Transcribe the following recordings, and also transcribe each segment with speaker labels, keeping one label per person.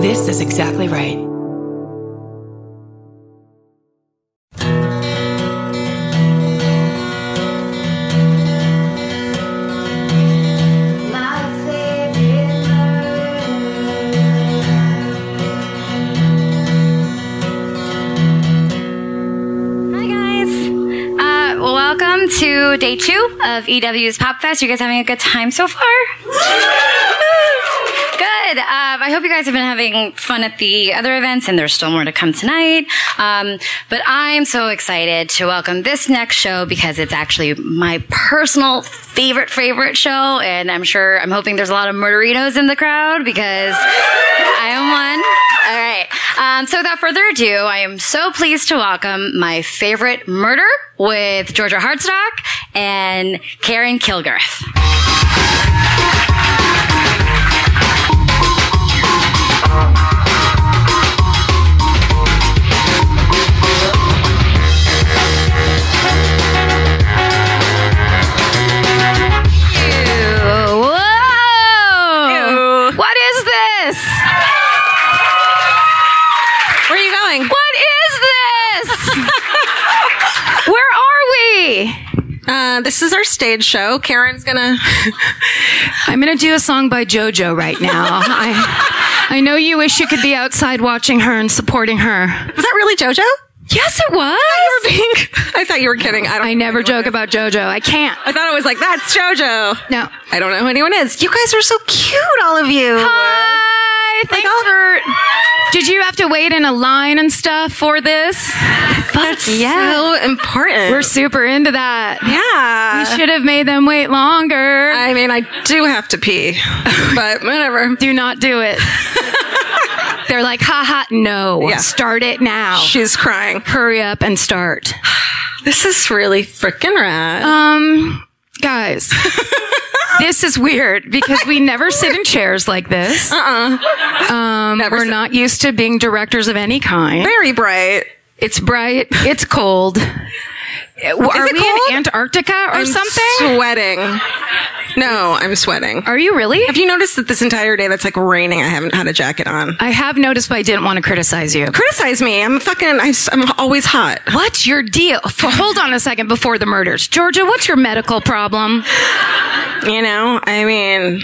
Speaker 1: This is exactly right.
Speaker 2: My favorite
Speaker 3: Hi guys. Uh, welcome to day two of EW's Pop Fest. You guys having a good time so far? good. Um, I hope you guys have been having fun at the other events, and there's still more to come tonight. Um, but I'm so excited to welcome this next show because it's actually my personal favorite favorite show, and I'm sure I'm hoping there's a lot of murderitos in the crowd because I am one. All right. Um, so without further ado, I am so pleased to welcome my favorite murder with Georgia Hardstock and Karen Kilgarth. Ew. Whoa! What is this?
Speaker 4: Where are you going?
Speaker 3: What is this? Where are we?
Speaker 4: Uh, this is our stage show. Karen's gonna.
Speaker 5: I'm going to do a song by JoJo right now. I, I know you wish you could be outside watching her and supporting her.
Speaker 4: Is that really JoJo?
Speaker 5: Yes, it was.
Speaker 4: I thought you were kidding. I don't.
Speaker 5: I never joke about JoJo. I can't.
Speaker 4: I thought it was like that's JoJo.
Speaker 5: No.
Speaker 4: I don't know who anyone is. You guys are so cute, all of you.
Speaker 5: Hi. Thanks
Speaker 4: I'll-
Speaker 5: for. Did you have to wait in a line and stuff for this?
Speaker 4: That's so important.
Speaker 5: We're super into that.
Speaker 4: yeah.
Speaker 5: Should have made them wait longer.
Speaker 4: I mean, I do have to pee, but whatever.
Speaker 5: do not do it. They're like, ha ha, no.
Speaker 4: Yeah.
Speaker 5: Start it now.
Speaker 4: She's crying.
Speaker 5: Hurry up and start.
Speaker 4: This is really freaking rad.
Speaker 5: Um, guys, this is weird because we never sit in chairs like this. Uh-uh. Um, we're not used to being directors of any kind.
Speaker 4: Very bright.
Speaker 5: It's bright. It's cold. Is Are
Speaker 4: it
Speaker 5: we
Speaker 4: cold?
Speaker 5: in Antarctica or
Speaker 4: I'm
Speaker 5: something?
Speaker 4: Sweating. No, I'm sweating.
Speaker 5: Are you really?
Speaker 4: Have you noticed that this entire day that's like raining? I haven't had a jacket on.
Speaker 5: I have noticed, but I didn't want to criticize you.
Speaker 4: criticize me. I'm fucking. I, am always hot.
Speaker 5: What's your deal? F- hold on a second before the murders. Georgia, what's your medical problem?
Speaker 4: You know. I mean,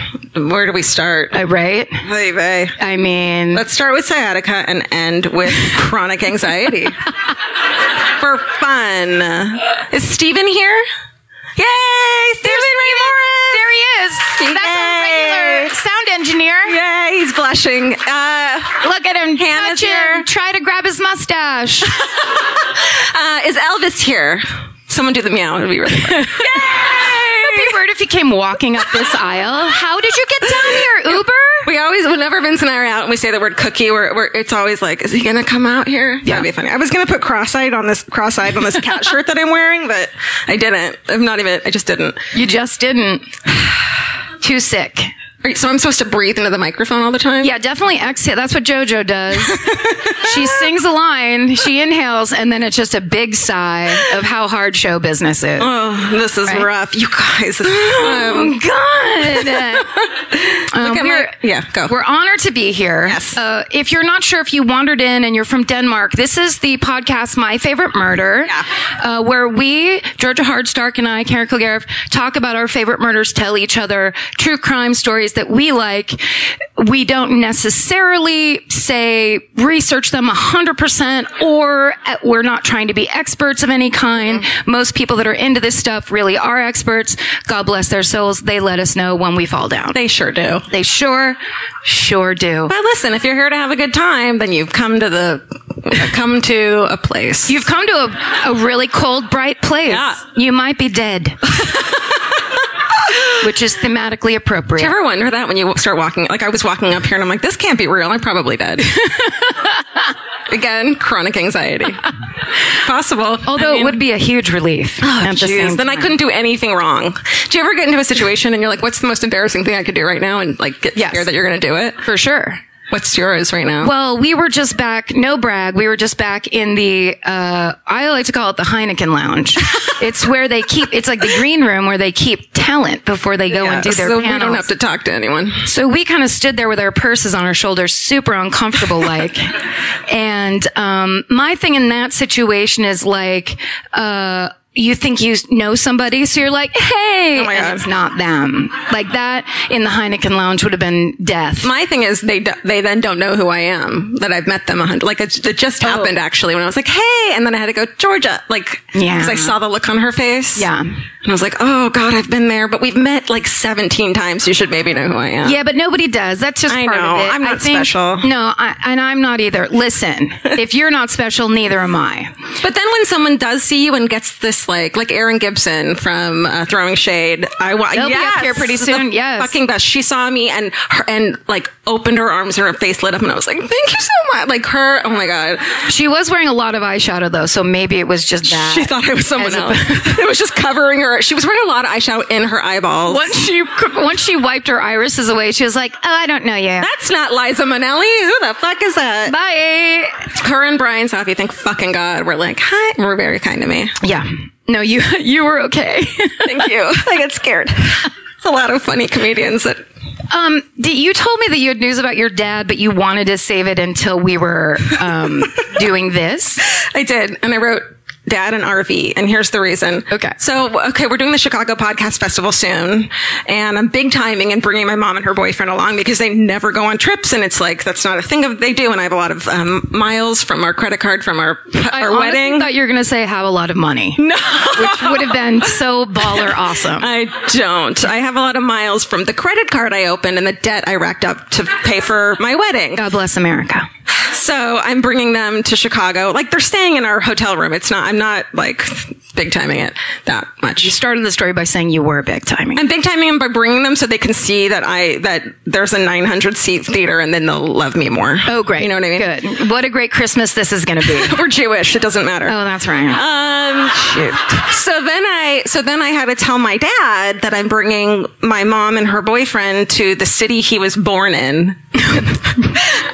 Speaker 4: where do we start?
Speaker 5: Uh, Right?
Speaker 4: Hey, babe.
Speaker 5: I mean,
Speaker 4: Let's start with sciatica and end with chronic anxiety. For fun. Is Steven here? Yay! Steven Ray
Speaker 5: there he is. That's our
Speaker 4: Yay.
Speaker 5: regular sound engineer.
Speaker 4: Morris! Yay! He's blushing. Uh,
Speaker 5: Look at him.
Speaker 4: Hannah's
Speaker 5: touch him.
Speaker 4: here.
Speaker 5: Try to grab his mustache.
Speaker 4: uh, is Elvis here? Someone do the meow. It'd be really fun.
Speaker 5: It'd be weird if he came walking up this aisle. How did you get down here, Uber?
Speaker 4: We always, whenever Vince and I are out and we say the word cookie, we're, we're it's always like, is he gonna come out here? That'd be funny. I was gonna put cross-eyed on this cross-eyed on this cat shirt that I'm wearing, but I didn't. I'm not even. I just didn't.
Speaker 5: You just didn't. Too sick.
Speaker 4: All right, so I'm supposed to breathe into the microphone all the time.
Speaker 5: Yeah, definitely exhale. That's what JoJo does. she sings a line, she inhales, and then it's just a big sigh of how hard show business is.
Speaker 4: Oh, this is rough, you guys. Um,
Speaker 5: Oh, God. Um,
Speaker 4: look at
Speaker 5: we're-
Speaker 4: my- yeah, go.
Speaker 5: We're honored to be here.
Speaker 4: Yes.
Speaker 5: Uh, if you're not sure if you wandered in and you're from Denmark, this is the podcast My Favorite Murder,
Speaker 4: Yeah.
Speaker 5: uh, where we, Georgia Hardstark and I, Karen Kilgariff, talk about our favorite murders, tell each other true crime stories that we like. We don't necessarily say research them 100% or uh, we're not trying to be experts of any kind.
Speaker 4: Mm-hmm.
Speaker 5: Most people that are into this stuff really are experts. God bless their souls. They let us know when we fall down.
Speaker 4: they sure do.
Speaker 5: They sure, sure do.
Speaker 4: But listen, if you're here to have a good time, then you've come to the come to a place.
Speaker 5: You've come to a, a really cold, bright place.
Speaker 4: Yeah.
Speaker 5: You might be dead. Which is thematically appropriate.
Speaker 4: You ever wonder that when you start walking? Like I was walking up here and I'm like, this can't be real. I'm probably dead. Again, chronic anxiety. Possible.
Speaker 5: Although it would be a huge relief. at the
Speaker 4: Oh, Jeez,
Speaker 5: same
Speaker 4: then I
Speaker 5: time.
Speaker 4: couldn't do anything wrong. Do you ever get into a situation and you're like, what's the most embarrassing thing I could do right now? And like get
Speaker 5: Yes.
Speaker 4: scared that you're going to do it?
Speaker 5: for sure.
Speaker 4: What's yours right now?
Speaker 5: Well, we were just back, no brag, we were just back in the, uh, I like to call it the Heineken Lounge. it's where they keep, it's like the green room where they keep talent before they go
Speaker 4: Yeah,
Speaker 5: and do their
Speaker 4: so
Speaker 5: panels.
Speaker 4: we don't have to talk to anyone.
Speaker 5: So we kind of stood there with our purses on our shoulders, super uncomfortable like. and um, my thing in that situation is like, uh, you think you know somebody, so you're like, hey,
Speaker 4: Oh my
Speaker 5: and
Speaker 4: God.
Speaker 5: it's not them. Like that in the Heineken Lounge would have been death.
Speaker 4: My thing is they do, they then don't know who I am that I've met them a hundred like it, it
Speaker 5: Oh.
Speaker 4: just happened actually when I was like hey and then I had to go Georgia like
Speaker 5: Yeah.
Speaker 4: because I saw the look on her face
Speaker 5: Yeah.
Speaker 4: and I was like oh god I've been there but we've met like seventeen times you should maybe know who I am
Speaker 5: Yeah, but nobody does. That's just
Speaker 4: I
Speaker 5: part
Speaker 4: know.
Speaker 5: of it.
Speaker 4: I'm
Speaker 5: I
Speaker 4: not
Speaker 5: think-
Speaker 4: special.
Speaker 5: No, I, and I'm not either. Listen, if you're not special, neither am I.
Speaker 4: but then when someone does see you and gets this like like Erin Gibson from uh, Throwing Shade I want
Speaker 5: They'll be up here pretty soon, yes.
Speaker 4: fucking best she saw me and her and like opened her arms and her face lit up and I was like thank you so much like her oh my god
Speaker 5: She was wearing a lot of eyeshadow though, so maybe it was just that.
Speaker 4: She thought it was someone
Speaker 5: As a-
Speaker 4: else. it was just covering her. She was wearing a lot of eyeshadow in her eyeballs.
Speaker 5: Once she once she wiped her irises away, she was like, "Oh, I don't know you."
Speaker 4: That's not Liza Minnelli. Who the fuck is that?
Speaker 5: Bye.
Speaker 4: Her and Brian Safi, thank fucking God, were like, hi. Were very kind to me.
Speaker 5: Yeah. No, you you were okay.
Speaker 4: Thank you. I get scared. It's a lot of funny comedians that.
Speaker 5: um, d- you told me that you had news about your dad, but you wanted to save it until we were um, doing this.
Speaker 4: I did, and I wrote Dad and RV, and here's the reason.
Speaker 5: Okay.
Speaker 4: So, okay, we're doing the Chicago Podcast Festival soon, and I'm big timing and bringing my mom and her boyfriend along because they never go on trips, and it's like that's not a thing of they do. And I have a lot of um, miles from our credit card from our
Speaker 5: I
Speaker 4: our
Speaker 5: honestly
Speaker 4: wedding.
Speaker 5: thought you were gonna say have a lot of money,
Speaker 4: no.
Speaker 5: which would have been so baller awesome.
Speaker 4: I don't. I have a lot of miles from the credit card I opened and the debt I racked up to pay for my wedding.
Speaker 5: God bless America.
Speaker 4: So I'm bringing them to Chicago. Like they're staying in our hotel room. It's not. I'm not like big timing it that much.
Speaker 5: You started the story by saying you were big timing.
Speaker 4: I'm big timing them by bringing them so they can see that I that there's a 900 seat theater and then they'll love me more.
Speaker 5: oh, great.
Speaker 4: You know what I mean?
Speaker 5: Good. What a great Christmas this is gonna be.
Speaker 4: We're Jewish. It doesn't matter.
Speaker 5: oh, that's right.
Speaker 4: Um, So then I, so then I had to tell my dad that I'm bringing my mom and her boyfriend to the city he was born in.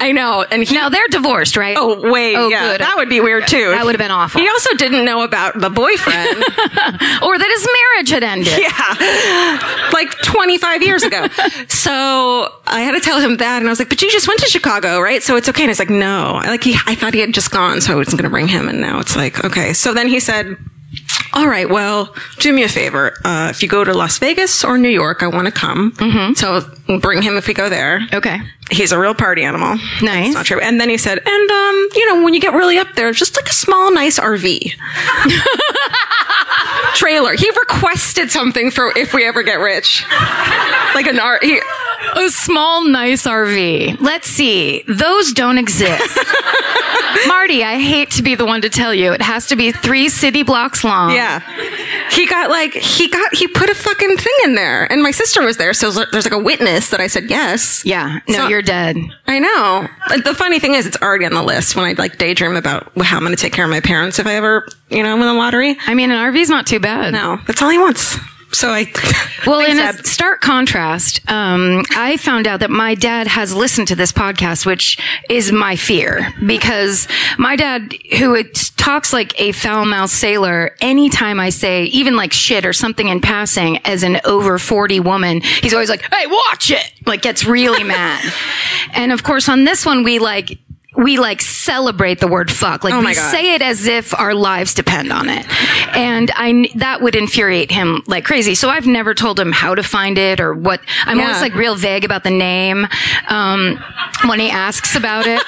Speaker 4: I know, and he.
Speaker 5: now they're divorced, right?
Speaker 4: Oh wait,
Speaker 5: Oh,
Speaker 4: yeah,
Speaker 5: good.
Speaker 4: that would be weird too.
Speaker 5: That would have been awful.
Speaker 4: He also didn't know about the boyfriend.
Speaker 5: or that his marriage had ended.
Speaker 4: yeah, like 25 years ago. so I had to tell him that, and I was like, "But you just went to Chicago, right? So it's okay." And he's like, "No, like he, I thought he had just gone, so I wasn't going to bring him." And now it's like, okay. So then he said. All right. Well, do me a favor. Uh, if you go to Las Vegas or New York, I want to come. Mm-hmm. So bring him if we go there.
Speaker 5: Okay.
Speaker 4: He's a real party animal.
Speaker 5: Nice.
Speaker 4: That's not true. And then he said, and um, you know, when you get really up there, just like a small, nice RV trailer. He requested something for if we ever get rich, like an R. He,
Speaker 5: A small, nice RV. Let's see. Those don't exist. Marty, I hate to be the one to tell you. It has to be three city blocks long.
Speaker 4: yeah, he got like he got he put a fucking thing in there, and my sister was there, so there's like a witness that I said yes.
Speaker 5: Yeah. No,
Speaker 4: So-
Speaker 5: you're dead.
Speaker 4: I know. But The funny thing is, it's already on the list when I like daydream about how I'm going to take care of my parents if I ever, you know, win the lottery.
Speaker 5: I mean, an RV's not too bad.
Speaker 4: No, that's all he wants. So I.
Speaker 5: Well,
Speaker 4: Thanks,
Speaker 5: in
Speaker 4: Ab.
Speaker 5: a stark contrast, um, I found out that my dad has listened to this podcast, which is my fear because my dad, who it talks like a foul mouthed sailor, anytime I say even like shit or something in passing as an over 40 woman, he's always like, Hey, watch it. Like gets really mad. And of course, on this one, we like, we like celebrate the word fuck. Like
Speaker 4: Oh my
Speaker 5: we
Speaker 4: God.
Speaker 5: say say it as if our lives depend on it. And I kn- that would infuriate him like crazy. So I've never told him how to find it or what. I'm always like real vague about the name um, when he asks about it.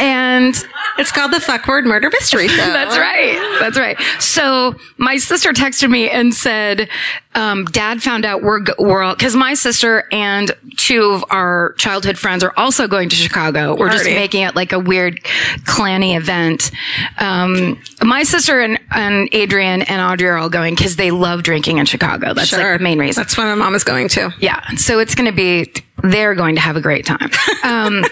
Speaker 5: and
Speaker 4: It's called the fuck word murder mystery show.
Speaker 5: that's right. That's right. So my sister texted me and said, um, Dad found out we're, go- we're all, cause my sister and two of our childhood friends are also going to Chicago. We're just
Speaker 4: Party.
Speaker 5: making it like a weird clanny event. Um, my sister and, and Adrian and Audrey are all going cause they love drinking in Chicago. That's like the main reason.
Speaker 4: That's why my mom is going to.
Speaker 5: Yeah. So it's going to be, they're going to have a great time. Um,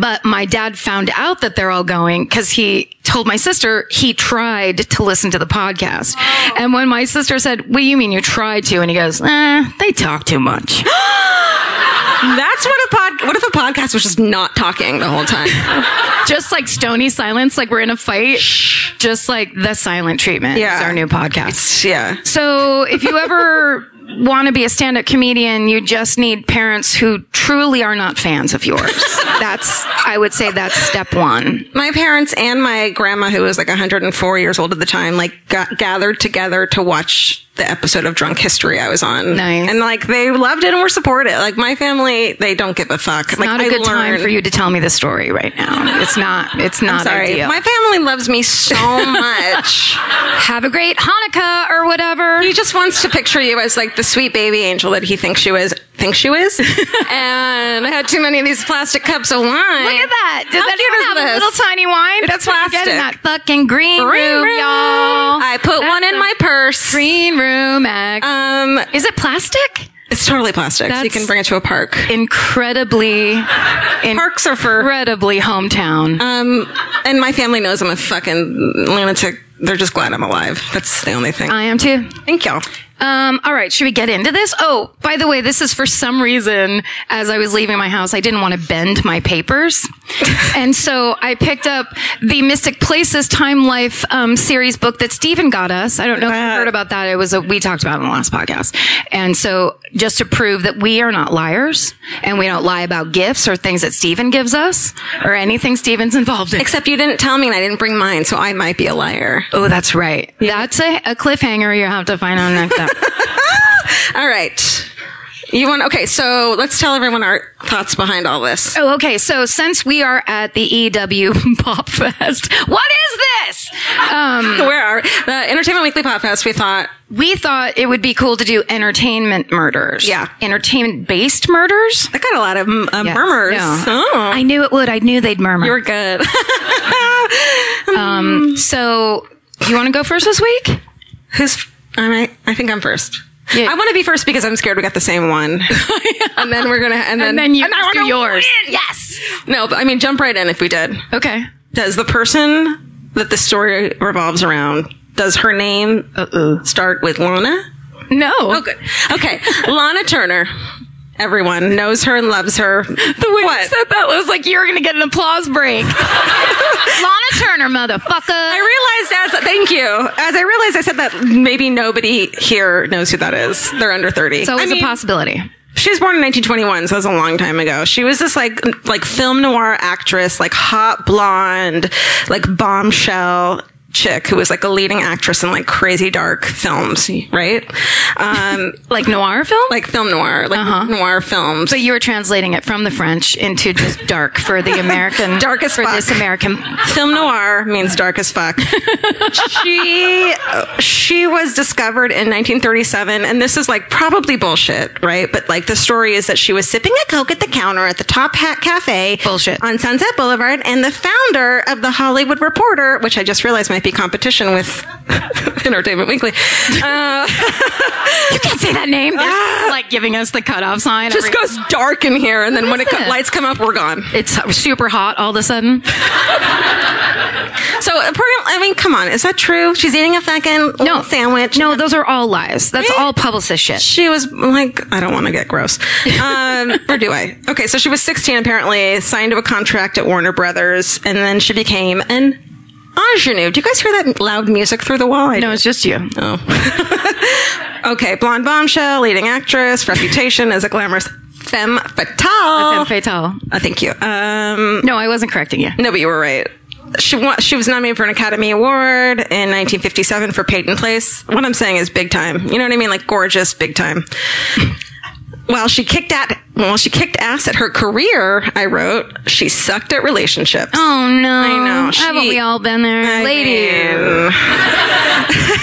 Speaker 5: but my dad found out that they're all going because he told my sister he tried to listen to the podcast. And when my sister said, What do you mean you tried to? And he goes, eh, They talk too much.
Speaker 4: That's what a pod. What if a podcast was just not talking the whole time.
Speaker 5: just like stony silence, like we're in a fight. Just like the silent treatment
Speaker 4: Yeah.
Speaker 5: is our new podcast.
Speaker 4: yeah.
Speaker 5: So if you ever want to be a stand-up comedian, you just need parents who truly are not fans of yours. That's I would say that's step one.
Speaker 4: My parents and my grandma, who was like 104 years old at the time, like got gathered together to watch the episode of Drunk History I was on.
Speaker 5: Nice.
Speaker 4: And like they loved it and were supportive. Like my family, they don't give a fuck. like
Speaker 5: not a
Speaker 4: I
Speaker 5: good time
Speaker 4: learned-
Speaker 5: for you to tell me the story right now. It's not. It's not
Speaker 4: Sorry,
Speaker 5: ideal.
Speaker 4: my family loves me so much.
Speaker 5: Have a great Hanukkah or whatever.
Speaker 4: he just wants to picture you as like the sweet baby angel that he thinks you is. Thinks you is. and I had too many of these plastic cups of wine.
Speaker 5: Look at that. Does
Speaker 4: How
Speaker 5: that
Speaker 4: cute
Speaker 5: even
Speaker 4: is
Speaker 5: have
Speaker 4: this?
Speaker 5: a little tiny wine?
Speaker 4: It's
Speaker 5: That's what you get in that
Speaker 4: plastic.
Speaker 5: fucking green,
Speaker 4: Green
Speaker 5: room,
Speaker 4: room.
Speaker 5: y'all.
Speaker 4: I put
Speaker 5: That's
Speaker 4: one in
Speaker 5: the
Speaker 4: my purse.
Speaker 5: green room. Act.
Speaker 4: Um,
Speaker 5: Is it plastic?
Speaker 4: it's totally plastic. so you
Speaker 5: That's-
Speaker 4: can bring it to a park.
Speaker 5: Incredibly,
Speaker 4: Parks are for
Speaker 5: incredibly hometown.
Speaker 4: Um, and my family knows I'm a fucking lunatic. They're just glad I'm alive. That's the only thing.
Speaker 5: I am too.
Speaker 4: Thank y'all.
Speaker 5: Um, all right, should we get into this? Oh, by the way, this is for some reason, as I was leaving my house, I didn't want to bend my papers. and so I picked up the Mystic Places Time Life um, series book that Stephen got us. I don't know if you
Speaker 4: Wow.
Speaker 5: heard about that. It was a, we talked about it in the last podcast. And so just to prove that we are not liars and we don't lie about gifts or things that Stephen gives us or anything Stephen's involved in.
Speaker 4: Except you didn't tell me and I didn't bring mine, so I might be a liar.
Speaker 5: Oh, that's right. That's a, a cliffhanger you have to find out next time.
Speaker 4: All right. You want, okay, so let's tell everyone our thoughts behind all this.
Speaker 5: Oh, okay. So since we are at the EW Pop Fest, what is this? Um,
Speaker 4: Where are the Entertainment Weekly Podcast? We thought,
Speaker 5: we thought it would be cool to do entertainment murders.
Speaker 4: Yeah.
Speaker 5: Entertainment based murders.
Speaker 4: I got a lot of mm, uh,
Speaker 5: Yes.
Speaker 4: murmurs.
Speaker 5: Yeah.
Speaker 4: Oh,
Speaker 5: I knew it would. I knew they'd murmur. Um,
Speaker 4: you're good.
Speaker 5: so you want to go first this week?
Speaker 4: Who's, I, might, I think I'm first.
Speaker 5: Yeah.
Speaker 4: I want to be first because I'm scared we got the same one. and then we're going to, and then,
Speaker 5: and I do yours. Yes.
Speaker 4: no, but I mean, jump right in if we did.
Speaker 5: Okay.
Speaker 4: does the person that the story revolves around does her name start with lana
Speaker 5: No.
Speaker 4: oh good okay lana turner everyone knows her and loves her the
Speaker 5: Wait,
Speaker 4: way
Speaker 5: what? said that was like you were going to get an applause break. Lana Turner, motherfucker.
Speaker 4: i realized as thank you as i realized i said that maybe nobody here knows who that is they're under 30
Speaker 5: it's always
Speaker 4: I mean,
Speaker 5: a possibility.
Speaker 4: she was born in 1921 so that's a long time ago she was this like like film noir actress like hot blonde like bombshell chick who was like a leading actress in like crazy dark films right um
Speaker 5: Like noir film?
Speaker 4: like film noir like noir films
Speaker 5: But Uh-huh. you were translating it from the French into just dark for the American.
Speaker 4: Dark as
Speaker 5: for
Speaker 4: fuck.
Speaker 5: this American.
Speaker 4: film noir means dark as fuck. she she was discovered in 1937, and this is like probably bullshit, right? But like the story is that she was sipping a coke at the counter at the Top Hat Cafe,
Speaker 5: Bullshit.
Speaker 4: on Sunset Boulevard, and the founder of the Hollywood Reporter, which I just realized might be competition with Entertainment Weekly, uh,
Speaker 5: You can't say that name. They're like giving us the cutoff sign.
Speaker 4: Ah. just
Speaker 5: every-
Speaker 4: goes dark in here, and then when it co-
Speaker 5: it?
Speaker 4: lights come up, we're gone.
Speaker 5: It's super hot all of a sudden.
Speaker 4: So, apparently, I mean, come on, is that true? She's eating a fucking
Speaker 5: No
Speaker 4: sandwich.
Speaker 5: No, those are all lies. That's all publicist shit.
Speaker 4: she was like, I don't want to get gross. Um, or do I? Okay, so she was 16 apparently, signed to a contract at Warner Brothers, and then she became an ingenue. Do you guys hear that loud music through the wall? I
Speaker 5: No, it's just you.
Speaker 4: Okay, blonde bombshell, leading actress, reputation as a glamorous femme fatale.
Speaker 5: Femme fatale.
Speaker 4: Uh, thank you. Um,
Speaker 5: No, I wasn't correcting you.
Speaker 4: no, but you were right. She wa- she was nominated for an Academy Award in 1957 for Peyton Place. What I'm saying is big time. You know what I mean? Like gorgeous, big time. While she kicked at while she kicked ass at her career, I wrote she sucked at relationships.
Speaker 5: Oh no!
Speaker 4: I know,
Speaker 5: Haven't
Speaker 4: she-
Speaker 5: we all been there,
Speaker 4: I
Speaker 5: lady?
Speaker 4: mean,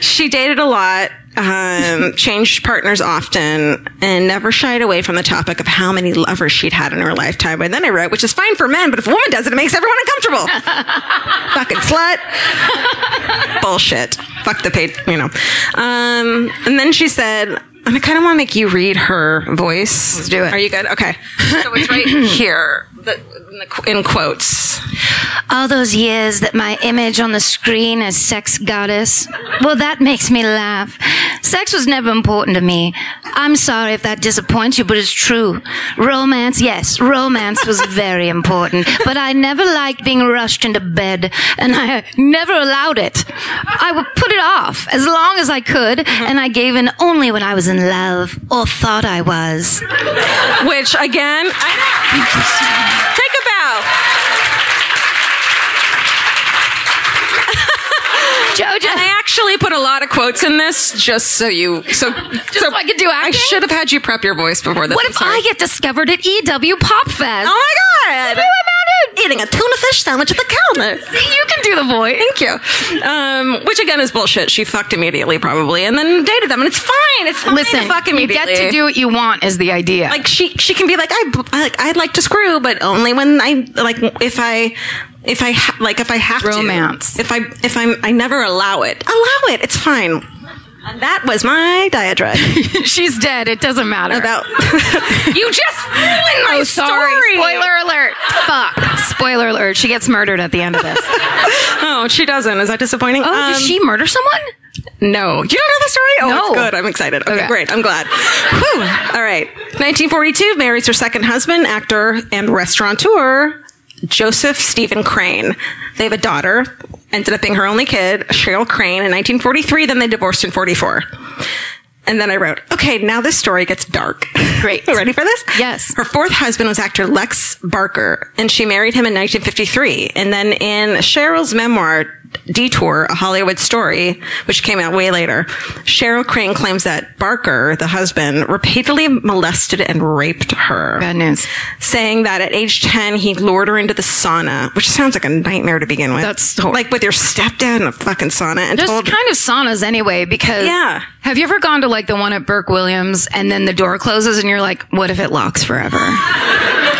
Speaker 4: she dated a lot, um, changed partners often, and never shied away from the topic of how many lovers she'd had in her lifetime. And then I wrote, which is fine for men, but if a woman does it, it makes everyone uncomfortable. Fucking slut. Bullshit. Fuck the paid, you know. Um, and then she said, and I kind of want to make you read her voice. Let's
Speaker 5: do it.
Speaker 4: Are you good? Okay. So it's right here. the, in, the, in quotes.
Speaker 5: All those years that my image on the screen as sex goddess. Well, that makes me laugh. Sex was never important to me. I'm sorry if that disappoints you, but it's true. Romance, yes, romance was very important, but I never liked being rushed into bed, and I never allowed it. I would put it off as long as I could, and I gave in only when I was in love or thought I was.
Speaker 4: Which again, I- take a bow. And
Speaker 5: Jojo,
Speaker 4: I actually put a lot of quotes in this just so you so just
Speaker 5: so I could do acting?
Speaker 4: I should have had you prep your voice before this.
Speaker 5: what
Speaker 4: I'm
Speaker 5: if
Speaker 4: sorry.
Speaker 5: I get discovered at EW Pop Fest?
Speaker 4: Oh my god! Eating a tuna fish sandwich at the counter.
Speaker 5: You can do the voice.
Speaker 4: Thank you. Um, which again is bullshit. She fucked immediately, probably, and then dated them, and it's fine. It's fine
Speaker 5: Listen,
Speaker 4: to fuck
Speaker 5: you
Speaker 4: immediately.
Speaker 5: get to do what you want is the idea.
Speaker 4: like she she can be like I I like I'd like to screw, but only when I like if I if I ha- like if I have
Speaker 5: Romance.
Speaker 4: to. If I if I'm I never allow it. Allow it. It's fine. That was my diatribe
Speaker 5: she's dead. It doesn't matter.
Speaker 4: about you. Just ruined my
Speaker 5: oh, sorry.
Speaker 4: story.
Speaker 5: Spoiler alert. Fuck. Spoiler alert. She gets murdered at the end of this.
Speaker 4: Oh, she doesn't. Is that disappointing?
Speaker 5: Oh, did
Speaker 4: Um,
Speaker 5: she murder someone?
Speaker 4: No. You don't know the story? Oh,
Speaker 5: No.
Speaker 4: it's good. I'm excited. Okay,
Speaker 5: Okay.
Speaker 4: great. I'm glad. Whew. All right. 1942 marries her second husband, actor and restaurateur, Joseph Stephen Crane. They have a daughter, ended up being her only kid, Cheryl Crane, in 1943. Then they divorced in 44. And then I wrote, okay, now this story gets dark.
Speaker 5: Great.
Speaker 4: Ready for this?
Speaker 5: Yes.
Speaker 4: Her fourth husband was actor Lex Barker, and she married him in 1953. And then in Cheryl's memoir, Detour, a Hollywood story, which came out way later, Cheryl Crane claims that Barker, the husband, repeatedly molested and raped her
Speaker 5: Bad news.
Speaker 4: saying that at age 10 he lured her into the sauna which sounds like a nightmare to begin with
Speaker 5: That's horrible.
Speaker 4: like with your stepdad in a fucking sauna and
Speaker 5: There's
Speaker 4: told
Speaker 5: kind of saunas anyway because
Speaker 4: Yeah.
Speaker 5: Have you ever gone to like the one at Burke Williams and then the door closes and you're like, what if it locks forever?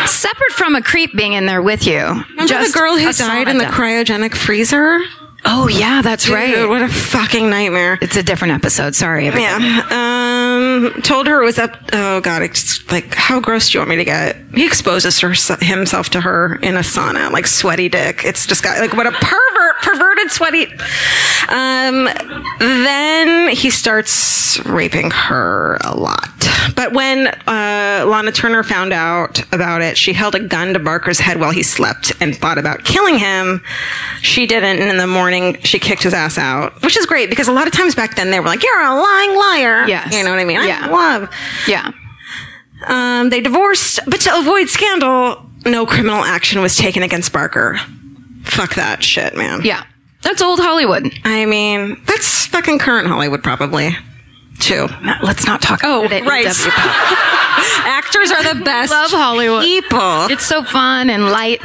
Speaker 5: Separate from a creep being in there with you.
Speaker 4: remember the girl who
Speaker 5: a
Speaker 4: died
Speaker 5: sauna
Speaker 4: in the
Speaker 5: death.
Speaker 4: cryogenic freezer
Speaker 5: Oh yeah, that's right.
Speaker 4: Dude, what a fucking nightmare
Speaker 5: it's a different episode. Sorry. everybody.
Speaker 4: yeah um told her it was up oh god it's like how gross do you want me to get he exposes her, himself to her in a sauna like sweaty dick it's disgusting like what a pervert perverted sweaty um then he starts raping her a lot but when uh, lana turner found out about it she held a gun to barker's head while he slept and thought about killing him she didn't and in the morning she kicked his ass out which is great because a lot of times back then they were like you're a lying liar
Speaker 5: Yes.
Speaker 4: you know what i mean
Speaker 5: Yeah.
Speaker 4: i love
Speaker 5: Yeah.
Speaker 4: um, they divorced, but to avoid scandal, no criminal action was taken against Barker. Fuck that shit, man.
Speaker 5: Yeah. That's old Hollywood.
Speaker 4: I mean, that's fucking current Hollywood, probably. Too.
Speaker 5: Let's not talk
Speaker 4: Oh,
Speaker 5: about it.
Speaker 4: right.
Speaker 5: EW.
Speaker 4: Actors are the best.
Speaker 5: Love Hollywood.
Speaker 4: People.
Speaker 5: It's so fun and light.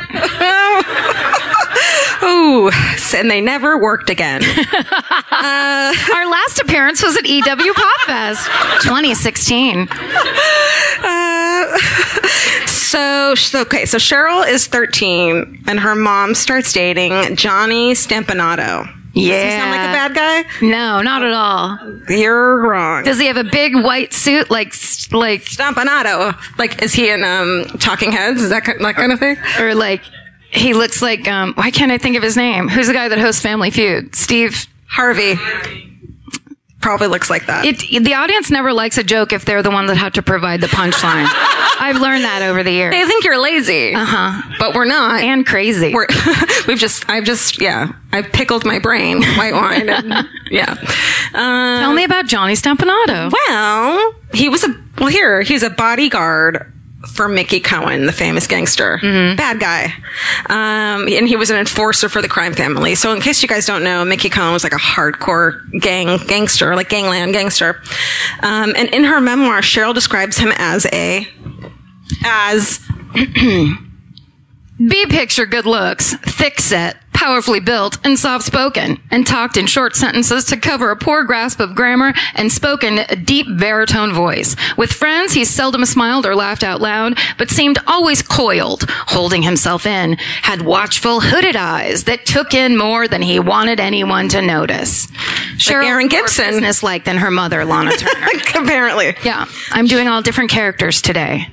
Speaker 4: Ooh, and they never worked again.
Speaker 5: Our last appearance was at EW Pop Fest 2016.
Speaker 4: so, so- okay, so Cheryl is 13, and her mom starts dating Johnny Stampinato.
Speaker 5: Yeah.
Speaker 4: Does he sound like a bad guy?
Speaker 5: No, not at all.
Speaker 4: You're wrong.
Speaker 5: Does he have a big white suit like s- like
Speaker 4: Stampinato. Like, is he in um, Talking Heads? Is that ki- that kind of thing?
Speaker 5: or like he looks like um why can't I think of his name? Who's the guy that hosts Family Feud? Steve.
Speaker 4: Harvey probably looks like that.
Speaker 5: It, the audience never likes a joke if they're the one that had to provide the punchline. I've learned that over the years.
Speaker 4: they think you're lazy, uh-huh. but we're not.
Speaker 5: And crazy.
Speaker 4: we're, we've just, I've just, yeah, I've pickled my brain, with white wine, and, yeah. Um,
Speaker 5: Tell me about Johnny Stampinato.
Speaker 4: Well, he was a well here. He's a bodyguard for Mickey Cohen, the famous gangster, bad guy, um, and he was an enforcer for the crime family. So, in case you guys don't know, Mickey Cohen was like a hardcore gang gangster, like gangland gangster. Um, and in her memoir, Cheryl describes him as a as
Speaker 5: B picture good looks, thick set, powerfully built, and soft spoken, and talked in short sentences to cover a poor grasp of grammar and spoke in a deep baritone voice. With friends, he seldom smiled or laughed out loud, but seemed always coiled, holding himself in, had watchful, hooded eyes that took in more than he wanted anyone to notice. Cheryl
Speaker 4: Aaron Gibson.
Speaker 5: business like than her mother, Lana Turner.
Speaker 4: apparently
Speaker 5: yeah, I'm doing all different characters today.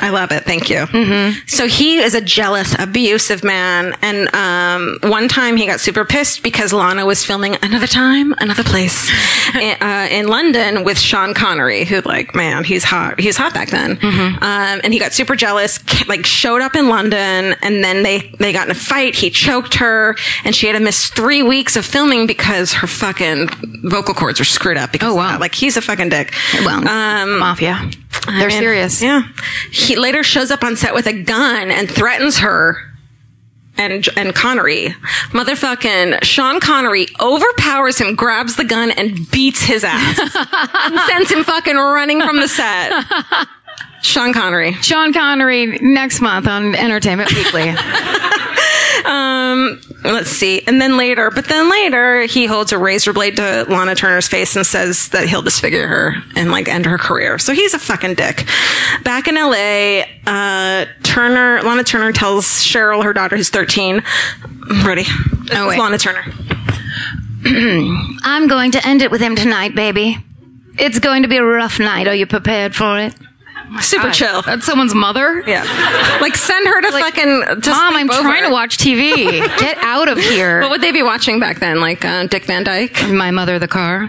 Speaker 4: I love it. Thank you. Mm-hmm. So he is a jealous, abusive man. And um, one time he got super pissed because Lana was filming another time, another place in, uh, in London with Sean Connery, who, like, man, he's hot. He's hot back then. Um, and he got super jealous, ca- like, showed up in London, and then they, they got in a fight. He choked her, and she had to miss three weeks of filming because her fucking vocal cords were screwed up. Because, oh,
Speaker 5: wow.
Speaker 4: Like, he's a fucking dick.
Speaker 5: Well, mafia. They're
Speaker 4: I mean,
Speaker 5: serious.
Speaker 4: Yeah. He later shows up on set with a gun and threatens her and and Connery. Motherfucking Sean Connery overpowers him, grabs the gun and beats his ass. and sends him fucking running from the set. Sean Connery.
Speaker 5: Sean Connery next month on Entertainment Weekly.
Speaker 4: Um, let's see. And then later, but then later, he holds a razor blade to Lana Turner's face and says that he'll disfigure her and like end her career. So he's a fucking dick. Back in LA, uh, Turner, Lana Turner tells Cheryl, her daughter who's 13, I'm ready. This
Speaker 5: Oh,
Speaker 4: is
Speaker 5: wait.
Speaker 4: Lana Turner.
Speaker 5: I'm going to end it with him tonight, baby. It's going to be a rough night. Are you prepared for it?
Speaker 4: Super chill.
Speaker 5: That's someone's mother.
Speaker 4: Yeah. Uh, like send her to fucking, to
Speaker 5: Mom,
Speaker 4: sleep
Speaker 5: I'm
Speaker 4: over.
Speaker 5: trying to watch TV. Get out of here.
Speaker 4: What would they be watching back then? Like, uh, Dick Van Dyke?
Speaker 5: My mother, the car.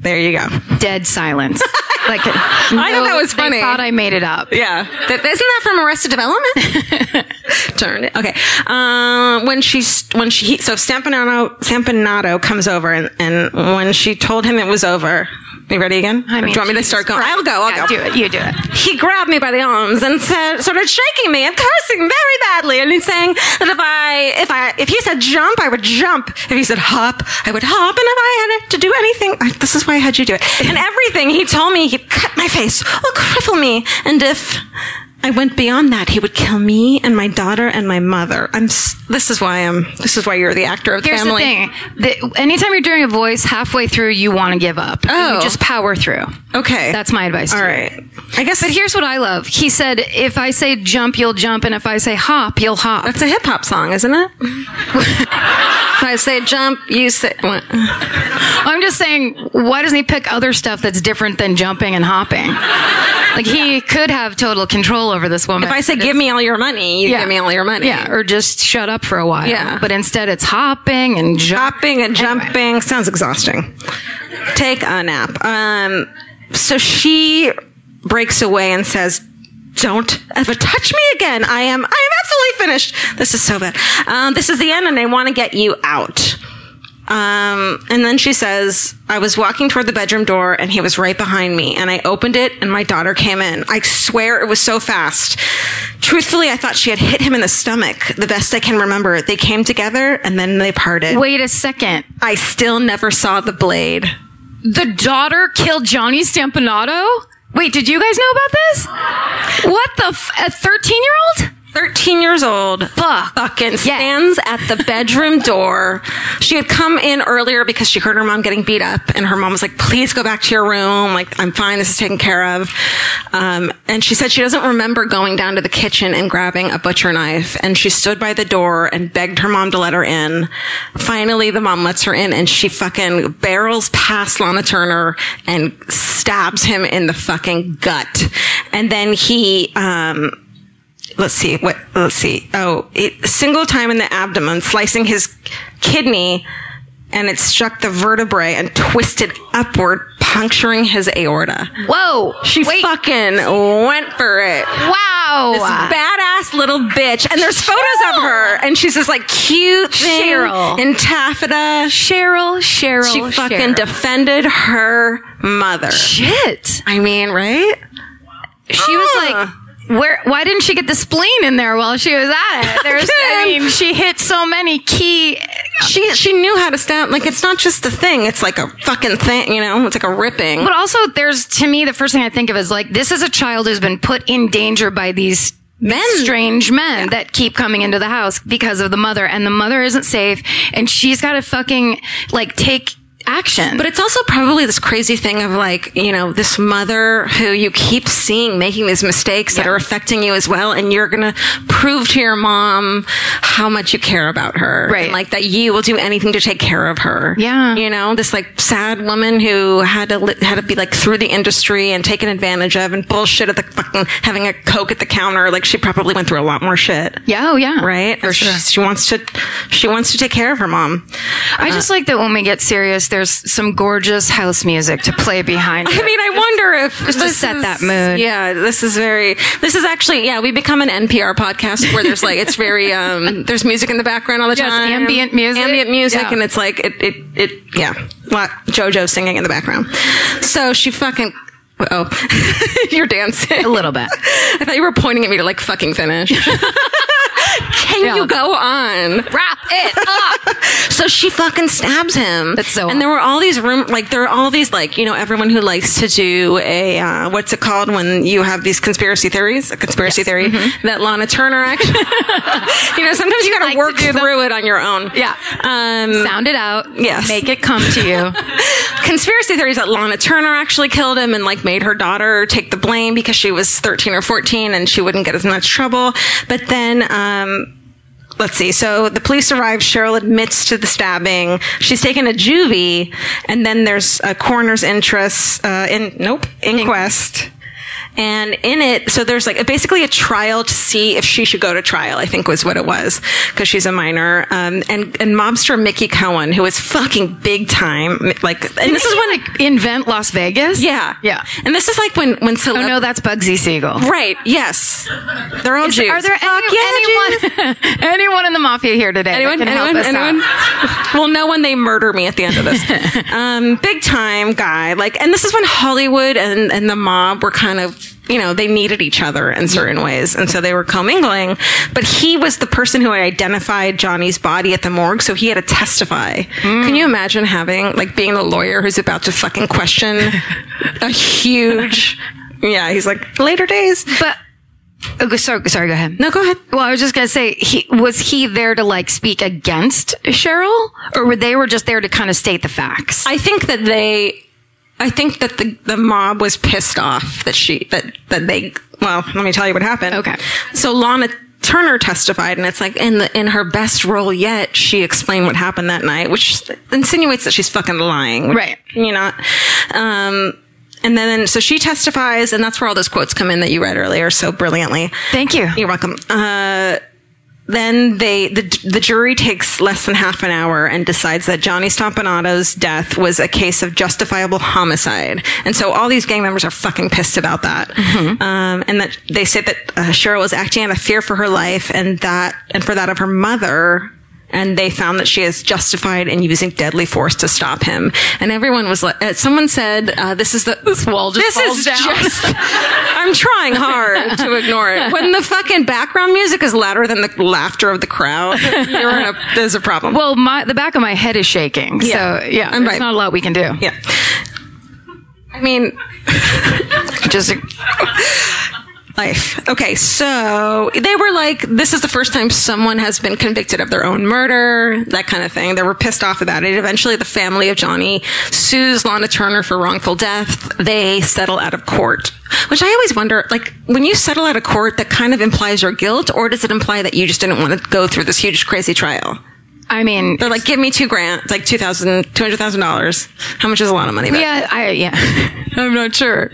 Speaker 4: There you go.
Speaker 5: Dead silence. Like I
Speaker 4: thought that was funny.
Speaker 5: They thought I made it up.
Speaker 4: Yeah. That, isn't that from Arrested Development? Turned it. Okay. Um, when she, when she, so Stampinato, Stampinato comes over and, and when she told him it was over, you ready again?
Speaker 5: I
Speaker 4: do
Speaker 5: mean,
Speaker 4: you want me to
Speaker 5: Jesus
Speaker 4: start going?
Speaker 5: Christ.
Speaker 4: I'll go. I'll
Speaker 5: Yeah,
Speaker 4: go.
Speaker 5: Do it. You do it.
Speaker 4: He grabbed me by the arms and said, started shaking me and cursing very badly. And he's saying that if I, if I, if he said jump, I would jump. If he said hop, I would hop. And if I had to do anything, I, this is why I had you do it. And everything he told me, he'd cut my face or cripple me. And if I went beyond that, he would kill me and my daughter and my mother. I'm, s- this is why I'm, this is why you're the actor of the
Speaker 5: Here's
Speaker 4: family.
Speaker 5: the thing. The, anytime you're doing a voice, halfway through you want to give up.
Speaker 4: Oh.
Speaker 5: You just power through.
Speaker 4: Okay.
Speaker 5: That's my advice. to
Speaker 4: All
Speaker 5: you.
Speaker 4: right. I guess
Speaker 5: But here's what I love. He said, if I say jump, you'll jump. And if I say hop, you'll hop.
Speaker 4: That's a hip hop song, isn't it? if I say jump, you say. What?
Speaker 5: I'm just saying, why doesn't he pick other stuff that's different than jumping and hopping? Like he could have total control over this woman.
Speaker 4: If I say give me all your money, you
Speaker 5: Yeah.
Speaker 4: give me all your money.
Speaker 5: yeah, or just shut up for a while.
Speaker 4: Yeah.
Speaker 5: But instead, it's hopping and jumping.
Speaker 4: Hopping and jumping sounds exhausting. Take a nap. Um, so she breaks away and says, "Don't ever touch me again. I am. I am absolutely finished. This is so bad. Um, this is the end, and I want to get you out." Um, and then she says, I was walking toward the bedroom door and he was right behind me and I opened it and my daughter came in. I swear it was so fast. Truthfully, I thought she had hit him in the stomach. The best I can remember, they came together and then they parted.
Speaker 5: Wait a second.
Speaker 4: I still never saw the blade.
Speaker 5: The daughter killed Johnny Stampinato? Wait, did you guys know about this? What the? F- a 13 year old?
Speaker 4: 13 years old.
Speaker 5: Fuck.
Speaker 4: Fucking
Speaker 5: Yes.
Speaker 4: stands at the bedroom door. She had come in earlier because she heard her mom getting beat up, and her mom was like, "Please go back to your room. Like, I'm fine. This is taken care of." Um, and she said she doesn't remember going down to the kitchen and grabbing a butcher knife. And she stood by the door and begged her mom to let her in. Finally, the mom lets her in, and she fucking barrels past Lana Turner and stabs him in the fucking gut. And then he. Um, let's see what let's see oh it, single time in the abdomen slicing his kidney and it struck the vertebrae and twisted upward puncturing his aorta
Speaker 5: Whoa.
Speaker 4: she
Speaker 5: Wait.
Speaker 4: fucking went for it
Speaker 5: Wow.
Speaker 4: this badass little bitch and the's photos of her and she's this like cute thing
Speaker 5: Cheryl.
Speaker 4: in taffeta
Speaker 5: Cheryl, Cheryl,
Speaker 4: she fucking
Speaker 5: Cheryl.
Speaker 4: defended her mother
Speaker 5: Shit.
Speaker 4: i mean right
Speaker 5: She was
Speaker 4: Huh.
Speaker 5: like, where? Why didn't she get the spleen in there while she was at it? There's, I mean, she hit so many key.
Speaker 4: she she knew how to stand like it's not just a thing it's like a fucking thing you know it's like a ripping
Speaker 5: But also, there's to me the first thing I think of is like, this is a child who's been put in danger by these
Speaker 4: Men.
Speaker 5: strange men that keep coming into the house because of the mother, and the mother isn't safe, and she's got to fucking like take. action.
Speaker 4: But it's also probably this crazy thing of like, you know, this mother who you keep seeing making these mistakes that are affecting you as well. And you're going to prove to your mom how much you care about her.
Speaker 5: Right.
Speaker 4: And like that you will do anything to take care of her.
Speaker 5: Yeah.
Speaker 4: You know, this like sad woman who had to, li- had to be like through the industry and taken advantage of and bullshit at the fucking having a Coke at the counter. Like she probably went through a lot more shit.
Speaker 5: yeah, oh yeah.
Speaker 4: Right.
Speaker 5: For
Speaker 4: And she,
Speaker 5: sure.
Speaker 4: she wants to, she wants to take care of her mom.
Speaker 5: I just like that when we get serious, there's some gorgeous house music to play behind.
Speaker 4: I
Speaker 5: it.
Speaker 4: mean, I wonder if
Speaker 5: Just to
Speaker 4: this
Speaker 5: set
Speaker 4: is-
Speaker 5: that mood.
Speaker 4: Yeah, this is very. This is actually. Yeah, we become an NPR podcast where there's like it's very. um There's music in the background all the
Speaker 5: Yes,
Speaker 4: time.
Speaker 5: ambient music.
Speaker 4: um, Ambient music,
Speaker 5: Yeah.
Speaker 4: and it's like it. It. It. Yeah. Lot JoJo singing in the background. So she fucking. Oh, you're dancing.
Speaker 5: a little bit.
Speaker 4: I thought you were pointing at me to like fucking finish. Can
Speaker 5: Yeah.
Speaker 4: you go on?
Speaker 5: Wrap it up.
Speaker 4: So she fucking stabs him.
Speaker 5: That's so
Speaker 4: And there were all these room, like there are all these, like you know, everyone who likes to do a uh, what's it called when you have these conspiracy theories, a conspiracy theory that Lana Turner actually, you know, sometimes you got
Speaker 5: Mm-hmm. Like
Speaker 4: to
Speaker 5: to
Speaker 4: work
Speaker 5: do them.
Speaker 4: through it on your own.
Speaker 5: Yeah.
Speaker 4: Um,
Speaker 5: Sound it out.
Speaker 4: Yes.
Speaker 5: Make it come to you.
Speaker 4: conspiracy theories that Lana Turner actually killed him and like made her daughter take the blame because she was 13 or 14 and she wouldn't get as much trouble. But then, um, Let's see. So the police arrive. Cheryl admits to the stabbing. She's taken to juvie, and then there's a coroner's interest. Uh, in nope, inquest. And in it, so there's like basically a trial to see if she should go to trial. I think was what it was because she's a minor. Um, and and mobster Mickey Cohen, who is fucking big time, like, and this is when
Speaker 5: when I invent Las Vegas.
Speaker 4: yeah.
Speaker 5: Yeah.
Speaker 4: And this is like when when celeb-
Speaker 5: Oh no, that's Bugsy Siegel.
Speaker 4: Right. Yes. They're all Jews.
Speaker 5: Are there
Speaker 4: Fuck
Speaker 5: any,
Speaker 4: yeah, Jews.
Speaker 5: anyone anyone in the mafia here today? that
Speaker 4: Anyone?
Speaker 5: can help
Speaker 4: Anyone?
Speaker 5: us out?
Speaker 4: Anyone? We'll know when they murder me at the end of this. um, big time guy. Like, and this is when Hollywood and, and the mob were kind of, you know, they needed each other in certain ways. And so they were commingling. But he was the person who identified Johnny's body at the morgue. So he had to testify. Can you imagine having, like, being the lawyer who's about to fucking question a huge. Yeah, he's like, later days.
Speaker 5: But oh, go- sorry, sorry. Go ahead.
Speaker 4: No, go ahead.
Speaker 5: Well, I was just gonna say, he, was he there to like speak against Cheryl, or were they were just there to kind of state the facts?
Speaker 4: I think that they, I think that the, the mob was pissed off that she, that, that they, well, let me tell you what happened.
Speaker 5: Okay.
Speaker 4: So Lana Turner testified and it's like in the, in her best role yet, she explained what happened that night, which insinuates that she's fucking lying. which,
Speaker 5: Right.
Speaker 4: You know, um, and then, so she testifies, and that's where all those quotes come in that you read earlier so brilliantly.
Speaker 5: Thank you.
Speaker 4: You're welcome. Uh, then they the the jury takes less than half an hour and decides that Johnny Stampanato's death was a case of justifiable homicide, and so all these gang members are fucking pissed about that, um, and that they say that uh, Cheryl was acting out of fear for her life and that and for that of her mother. And they found that she is justified in using deadly force to stop him. And everyone was like, uh, someone said, uh, "This is the this
Speaker 5: wall just
Speaker 4: this
Speaker 5: falls
Speaker 4: is
Speaker 5: down.
Speaker 4: just I'm trying hard to ignore it. When the fucking background music is louder than the laughter of the crowd, you're in a, there's a problem.
Speaker 5: Well, my the back of my head is shaking.
Speaker 4: Yeah.
Speaker 5: So yeah,
Speaker 4: I'm
Speaker 5: there's
Speaker 4: right.
Speaker 5: not a lot we can do.
Speaker 4: yeah. I mean,
Speaker 5: Just
Speaker 4: life. Okay, so they were like, this is the first time someone has been convicted of their own murder, that kind of thing. They were pissed off about it. Eventually, the family of Johnny sues Lana Turner for wrongful death. They settle out of court, which I always wonder, like, when you settle out of court, that kind of implies your guilt, or does it imply that you just didn't want to go through this huge, crazy trial?
Speaker 5: I mean,
Speaker 4: They're like, give me two grand, like two thousand, two hundred thousand dollars. How much is a lot of money? back
Speaker 5: yeah, I yeah, I'm not sure.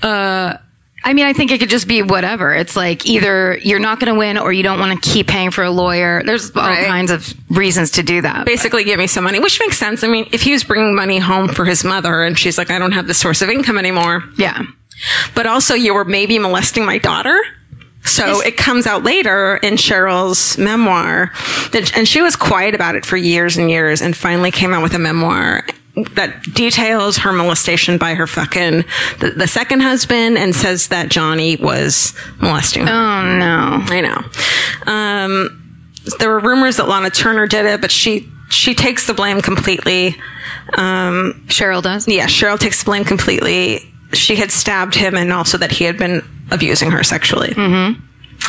Speaker 5: Uh, I mean, I think it could just be whatever. It's like either you're not going to win, or you don't want to keep paying for a lawyer. There's all
Speaker 4: Right.
Speaker 5: kinds of reasons to do that.
Speaker 4: basically give me some money, which makes sense. I mean, if he was bringing money home for his mother and she's like, I don't have the source of income anymore,
Speaker 5: Yeah.
Speaker 4: but also you were maybe molesting my daughter. So it comes out later in Cheryl's memoir that, and she was quiet about it for years and years and finally came out with a memoir that details her molestation by her fucking, the, the second husband and says that Johnny was molesting her.
Speaker 5: Oh no.
Speaker 4: I know. Um, there were rumors that Lana Turner did it, but she she takes the blame completely. Um,
Speaker 5: Cheryl does.
Speaker 4: yeah, Cheryl takes the blame completely. She had stabbed him, and also that he had been abusing her sexually. Mm-hmm.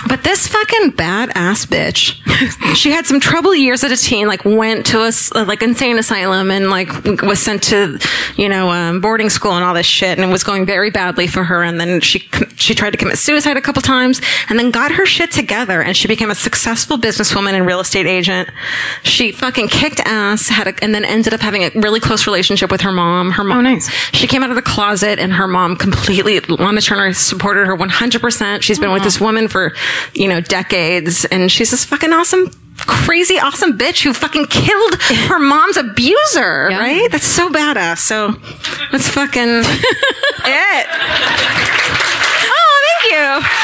Speaker 4: But this fucking badass bitch she had some trouble years at a teen, like went to a s- like insane asylum and like was sent to, you know, um, boarding school and all this shit, and it was going very badly for her. And then she com- she tried to commit suicide a couple times, and then got her shit together, and she became a successful businesswoman and real estate agent. She fucking kicked ass, had a, and then ended up having a really close relationship with her mom. Her mom,
Speaker 5: Oh, nice.
Speaker 4: She came out of the closet, and her mom completely Lana Turner supported her 100. percent She's been with this woman for you know decades, and she's this fucking awesome. Crazy awesome bitch who fucking killed her mom's abuser,
Speaker 5: Yeah.
Speaker 4: right? That's so badass. So that's fucking it. Oh, thank you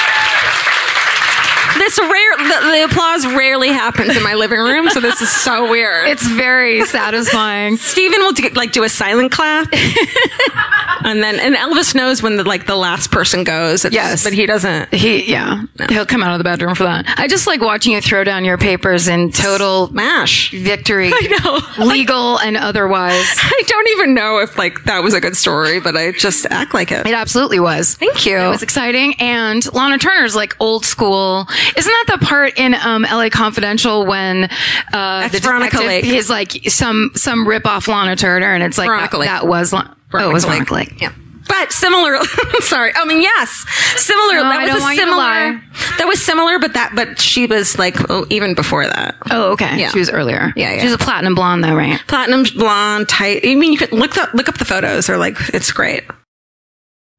Speaker 4: this rare the, the applause rarely happens in my living room so this is so weird
Speaker 5: It's very satisfying.
Speaker 4: Steven will do, like do a silent clap and then and Elvis knows when the like the last person goes It's-
Speaker 5: Yes.
Speaker 4: but he doesn't
Speaker 5: He, yeah, he'll come out of the bedroom for that. I just like watching you throw down your papers in total
Speaker 4: mash
Speaker 5: victory,
Speaker 4: I know
Speaker 5: legal and otherwise.
Speaker 4: I don't even know if like that was a good story but I just act like it
Speaker 5: It absolutely was.
Speaker 4: Thank you.
Speaker 5: It was exciting. And Lana Turner's like old school. Isn't that the part in um, LA Confidential when uh, the
Speaker 4: Veronica
Speaker 5: detective
Speaker 4: Lake.
Speaker 5: is like some some rip off Lana Turner, and it's like
Speaker 4: Veronica
Speaker 5: that,
Speaker 4: Lake.
Speaker 5: that was Lana. Oh, it was Veronica Lake.
Speaker 4: Yeah. But similar, sorry. I mean, yes, similar.
Speaker 5: No,
Speaker 4: that
Speaker 5: I
Speaker 4: was
Speaker 5: don't
Speaker 4: a
Speaker 5: want you to
Speaker 4: similar.
Speaker 5: lie.
Speaker 4: That was similar, but that, but she was like oh, even before that.
Speaker 5: Oh, okay.
Speaker 4: Yeah.
Speaker 5: She was earlier.
Speaker 4: Yeah, yeah.
Speaker 5: She was a platinum blonde though, right?
Speaker 4: platinum blonde tight. I mean, you could look the, look up the photos. They're like, it's great.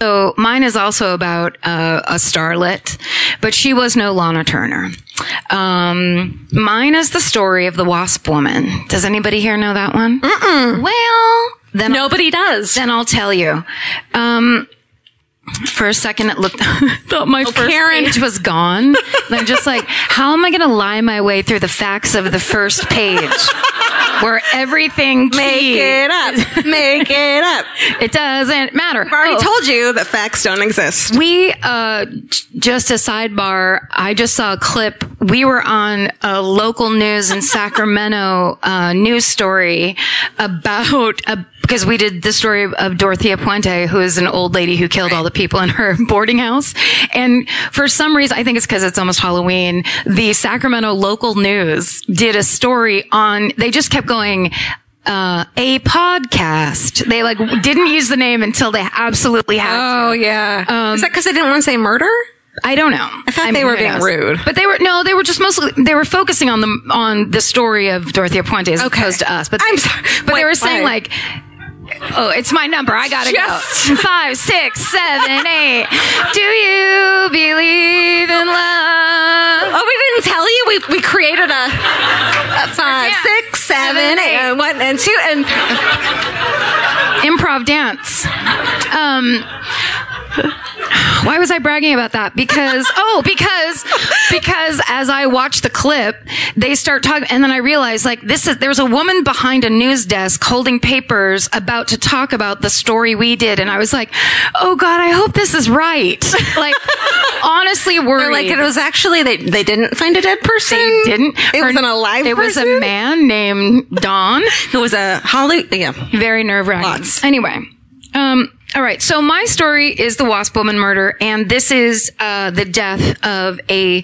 Speaker 5: So mine is also about uh, a starlet, but she was no Lana Turner. Um, mine is the story of the Wasp Woman. Does anybody here know that one? Mm-mm. Well, then nobody does. Then I'll tell you. Um, for a second, it looked thought my first page was gone. and I'm just like, how am I going to lie my way through the facts of the first page, where everything
Speaker 4: Make
Speaker 5: key-
Speaker 4: it up. Make it up.
Speaker 5: It doesn't matter.
Speaker 4: I already
Speaker 5: Oh.
Speaker 4: told you that facts don't exist.
Speaker 5: We uh, j- just a sidebar. I just saw a clip. We were on a local news in Sacramento uh, news story about a because we did the story of Dorothea Puente, who is an old lady who killed all the people in her boarding house. And for some reason, I think it's because it's almost Halloween, the Sacramento local news did a story on, they just kept going, uh, a podcast. They like didn't use the name until they absolutely had to.
Speaker 4: Oh yeah. Is that because they didn't want to say murder?
Speaker 5: Um, I don't know. I
Speaker 4: thought they were
Speaker 5: who
Speaker 4: being rude.
Speaker 5: but they were no, they were just mostly they were focusing on the on the story of Dorothea Puente as
Speaker 4: Okay.
Speaker 5: opposed to us. But
Speaker 4: I'm sorry.
Speaker 5: but they
Speaker 4: Wait,
Speaker 5: were saying
Speaker 4: why?
Speaker 5: like. Oh, it's my number. I gotta go. Five, six, seven, eight. Do you believe in love?
Speaker 4: Oh, we didn't tell you. We we created a, a five,
Speaker 5: Yeah.
Speaker 4: six, seven,
Speaker 5: Seven,
Speaker 4: eight,
Speaker 5: eight.
Speaker 4: and one and two and
Speaker 5: Improv dance. Um, why was I bragging about that? Because oh, because because as I watched the clip, they start talking, and then I realized like this is there's a woman behind a news desk holding papers about to talk about the story we did, and I was like, oh god, I hope this is right. Like honestly,
Speaker 4: Or
Speaker 5: worried.
Speaker 4: like it was actually they they didn't find a dead person.
Speaker 5: they didn't.
Speaker 4: It
Speaker 5: Her-
Speaker 4: was an alive.
Speaker 5: It was a
Speaker 4: person?
Speaker 5: man named Don.
Speaker 4: It was a Holly. Yeah.
Speaker 5: Very nerve wracking.
Speaker 4: Lots.
Speaker 5: Anyway, um, all right. So my story is the Wasp Woman murder, and this is uh, the death of a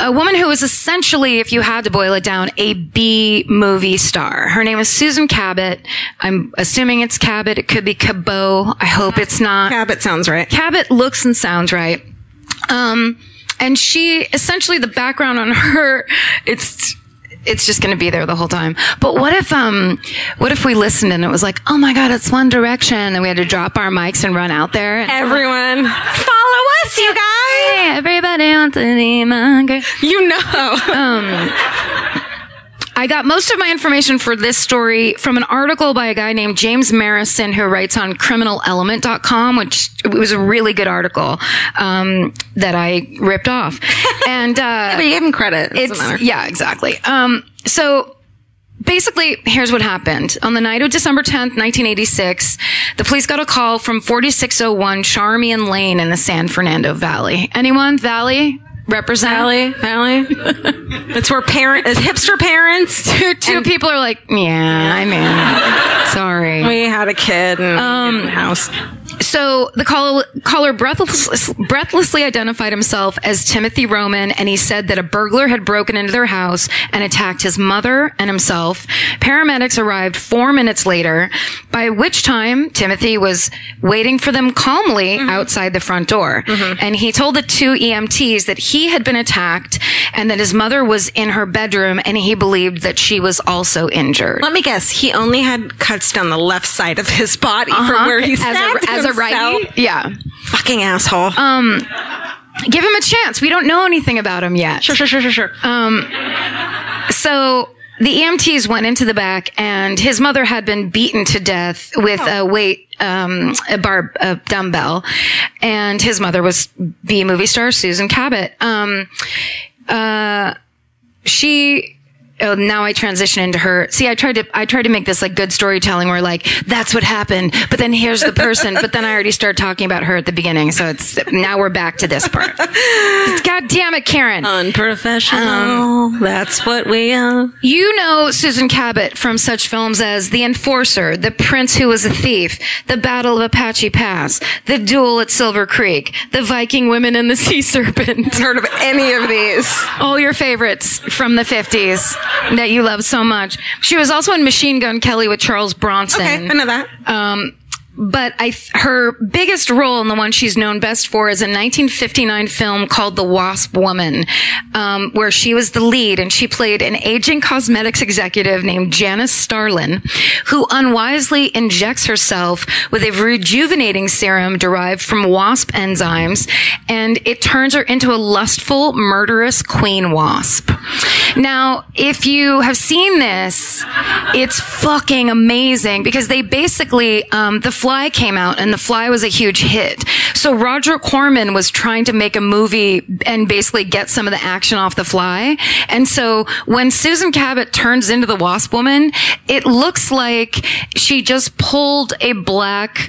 Speaker 5: a woman who is essentially, if you had to boil it down, a B movie star. Her name is Susan Cabot. I'm assuming it's Cabot. It could be Cabot. I hope it's not.
Speaker 4: Abbott sounds right.
Speaker 5: Cabot looks and sounds right. Um, and she essentially the background on her, it's it's just going to be there the whole time. But what if um, what if we listened and it was like, oh my god, it's One Direction, and we had to drop our mics and run out there. And-
Speaker 4: Everyone, follow us, you guys.
Speaker 5: Hey, Everybody wants to be my girl.
Speaker 4: You know.
Speaker 5: I got most of my information for this story from an article by a guy named James Marison who writes on criminalelement.com, which it was a really good article um, that I ripped off. And uh,
Speaker 4: But you gave him credit. It doesn't matter.
Speaker 5: it's yeah, exactly. Um, so basically, here's what happened on the night of December 10th, 1986. The police got a call from 4601 Charmian Lane in the San Fernando Valley. Anyone Valley represent?
Speaker 4: Allie, Allie. it's where parent, it's hipster parents.
Speaker 5: Two, two people are like, yeah, I mean, sorry.
Speaker 4: We had a kid and in the house.
Speaker 5: So the call, caller breathless, breathlessly identified himself as Timothy Roman, and he said that a burglar had broken into their house and attacked his mother and himself. Paramedics arrived four minutes later, by which time Timothy was waiting for them calmly outside the front door. And he told the two EMTs that he had been attacked and that his mother was in her bedroom, and he believed that she was also injured.
Speaker 4: Let me guess. He only had cuts down the left side of his body from where he
Speaker 5: as
Speaker 4: stabbed
Speaker 5: a, as a
Speaker 4: himself.
Speaker 5: righty, yeah.
Speaker 4: Fucking asshole.
Speaker 5: give him a chance. We don't know anything about him yet.
Speaker 4: sure,
Speaker 5: Um,
Speaker 4: sure, sure, sure, sure.
Speaker 5: So the EMTs went into the back, and his mother had been beaten to death with a weight, um, a bar, a dumbbell, and his mother was B movie star Susan Cabot. Um, uh, she. Oh, now I transition into her. See, I tried to, I tried to make this like good storytelling where like, that's what happened, but then here's the person, but then I already started talking about her at the beginning. So it's, now we're back to this part. God damn it, Karen.
Speaker 4: Oh, Unprofessional.
Speaker 5: Um,
Speaker 4: That's what we are.
Speaker 5: You know Susan Cabot from such films as The Enforcer, The Prince Who Was a Thief, The Battle of Apache Pass, The Duel at Silver Creek, The Viking Women and the Sea Serpent.
Speaker 4: Heard of any of these?
Speaker 5: All your favorites from the 50s that you love so much. She was also in Machine Gun Kelly with Charles Bronson.
Speaker 4: Okay, I know that.
Speaker 5: Um, but I, th- her biggest role and the one she's known best for is a 1959 film called The Wasp Woman, um, where she was the lead and she played an aging cosmetics executive named Janice Starlin, who unwisely injects herself with a rejuvenating serum derived from wasp enzymes, and it turns her into a lustful, murderous queen wasp. Now, if you have seen this, it's fucking amazing because they basically um, the fly came out and the fly was a huge hit so roger corman was trying to make a movie and basically get some of the action off the fly and so when susan cabot turns into the wasp woman it looks like she just pulled a black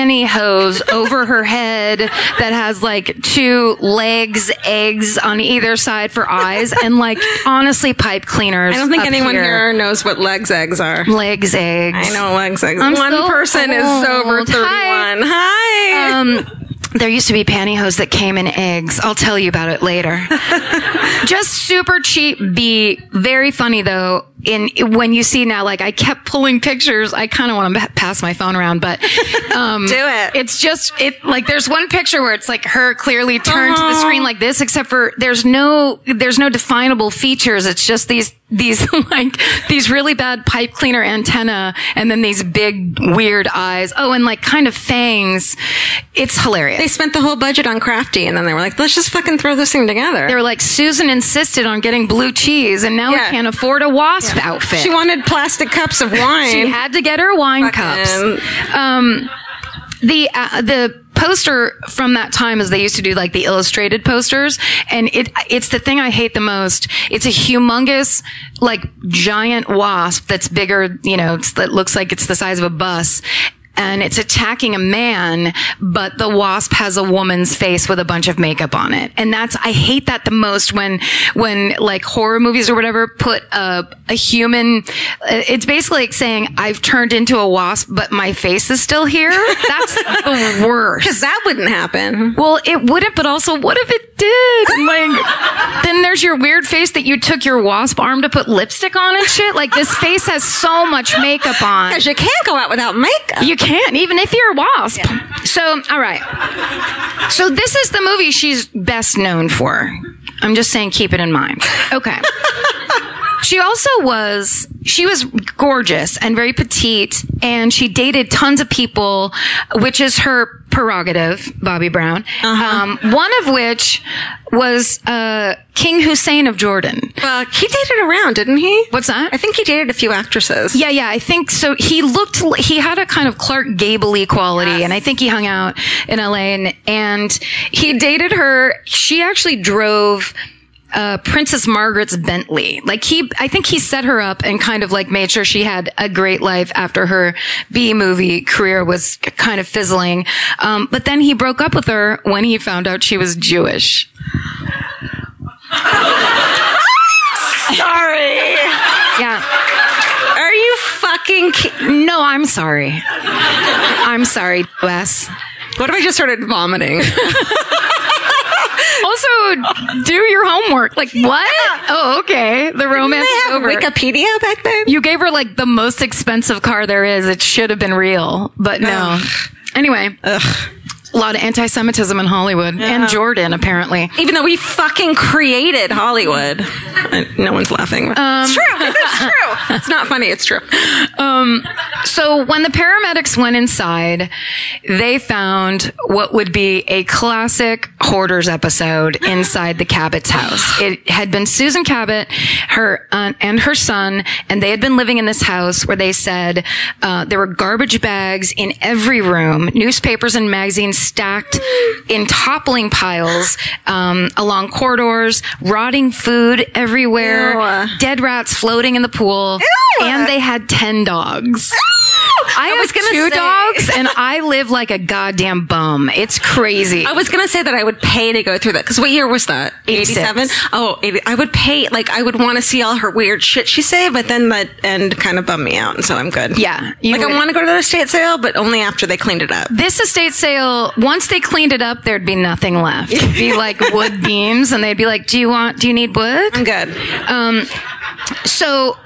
Speaker 5: pantyhose over her head that has like two legs eggs on either side for eyes and like on honestly pipe cleaners.
Speaker 4: I don't think
Speaker 5: up
Speaker 4: anyone here.
Speaker 5: here.
Speaker 4: knows what legs eggs are.
Speaker 5: legs eggs.
Speaker 4: I know legs eggs.
Speaker 5: I'm
Speaker 4: One
Speaker 5: so
Speaker 4: person is over
Speaker 5: old.
Speaker 4: 31.
Speaker 5: Hi.
Speaker 4: Hi.
Speaker 5: Um, there used to be pantyhose that came in eggs. I'll tell you about it later. Just super cheap B. Very funny though. In when you see now, like I kept pulling pictures. I kind of want to pass my phone around, but um,
Speaker 4: Do it.
Speaker 5: It's just it like there's one picture where it's like her clearly turned to the screen like this, except for there's no there's no definable features. It's just these these like these really bad pipe cleaner antenna and then these big weird eyes. Oh, and like kind of fangs. It's hilarious.
Speaker 4: they spent the whole budget on crafty, and then they were like, "Let's just fucking throw this thing together."
Speaker 5: They were like, Susan insisted on getting blue cheese, and now
Speaker 4: Yeah.
Speaker 5: we can't afford a wasp outfit.
Speaker 4: she wanted plastic cups of
Speaker 5: She
Speaker 4: wine.
Speaker 5: had to get her wine
Speaker 4: Fucking-
Speaker 5: cups. Um, the uh, the poster from that time is they used to do like the illustrated posters, and it it's the thing I hate the most. It's a humongous like giant wasp that's bigger, you know, it's, that looks like it's the size of a bus. And it's attacking a man, but the wasp has a woman's face with a bunch of makeup on it. And that's, I hate that the most when, when like horror movies or whatever put a, a human, uh, it's basically like saying, I've turned into a wasp, but my face is still here. That's the worst.
Speaker 4: that wouldn't happen.
Speaker 5: Well, it wouldn't, but also, what if it did? Like, then there's your weird face that you took your wasp arm to put lipstick on and shit. Like, this face has so much makeup on.
Speaker 4: Because you can't go out without makeup.
Speaker 5: You can't, even if you're a wasp. So, all right. So, this is the movie she's best known for. I'm just saying, keep it in mind. Okay. she also was, she was gorgeous and very petite, and she dated tons of people, which is her prerogative, Bobby Brown. Um, one of which was uh, King Hussein of Jordan.
Speaker 4: Fuck, Uh, he dated around, didn't he?
Speaker 5: What's that?
Speaker 4: I think he dated a few actresses.
Speaker 5: Yeah, yeah, I think so. He looked, li- he had a kind of Clark Gable quality, and I think he hung out in LA and, and he dated her. She actually drove, uh, Princess Margaret's Bentley. Like he, I think he set her up and kind of like made sure she had a great life after her B movie career was kind of fizzling. Um, but then he broke up with her when he found out she was Jewish.
Speaker 4: Sorry.
Speaker 5: Yeah.
Speaker 4: Are you fucking ki-
Speaker 5: No, I'm sorry. I'm sorry, Wes.
Speaker 4: What if I just started vomiting?
Speaker 5: Also, do your homework. Like what? Oh, okay. The romance
Speaker 4: I
Speaker 5: is
Speaker 4: have
Speaker 5: over.
Speaker 4: Wikipedia back then.
Speaker 5: You gave her like the most expensive car there is. It should have been real, but no. Anyway, a lot of anti-Semitism in Hollywood and Jordan apparently.
Speaker 4: Even though we fucking created Hollywood. I- no one's laughing. it's true. It's true. It's not funny. It's true.
Speaker 5: Um, so when the paramedics went inside, they found what would be a classic hoarders episode inside the Cabot's house. It had been Susan Cabot, her aunt, and her son, and they had been living in this house where they said uh, there were garbage bags in every room, newspapers and magazines stacked in toppling piles um, along corridors, rotting food everywhere,
Speaker 4: Ew.
Speaker 5: dead rats floating in the pool, and they had ten dogs. I have
Speaker 4: was gonna
Speaker 5: two
Speaker 4: say.
Speaker 5: dogs, and I live like a goddamn bum. It's crazy.
Speaker 4: I was gonna say that I would pay to go through that because what year was that?
Speaker 5: 86.
Speaker 4: Eighty-seven. Oh, 80, I would pay. Like I would want to see all her weird shit she said, but then that end kind of bummed me out, and so I'm good.
Speaker 5: Yeah, you
Speaker 4: like
Speaker 5: would-
Speaker 4: I want to go to the estate sale, but only after they cleaned it up.
Speaker 5: this estate sale, once they cleaned it up, there'd be nothing left. It'd be like wood beams, and they'd be like, "Do you want? Do you need wood?"
Speaker 4: I'm good.
Speaker 5: Um, so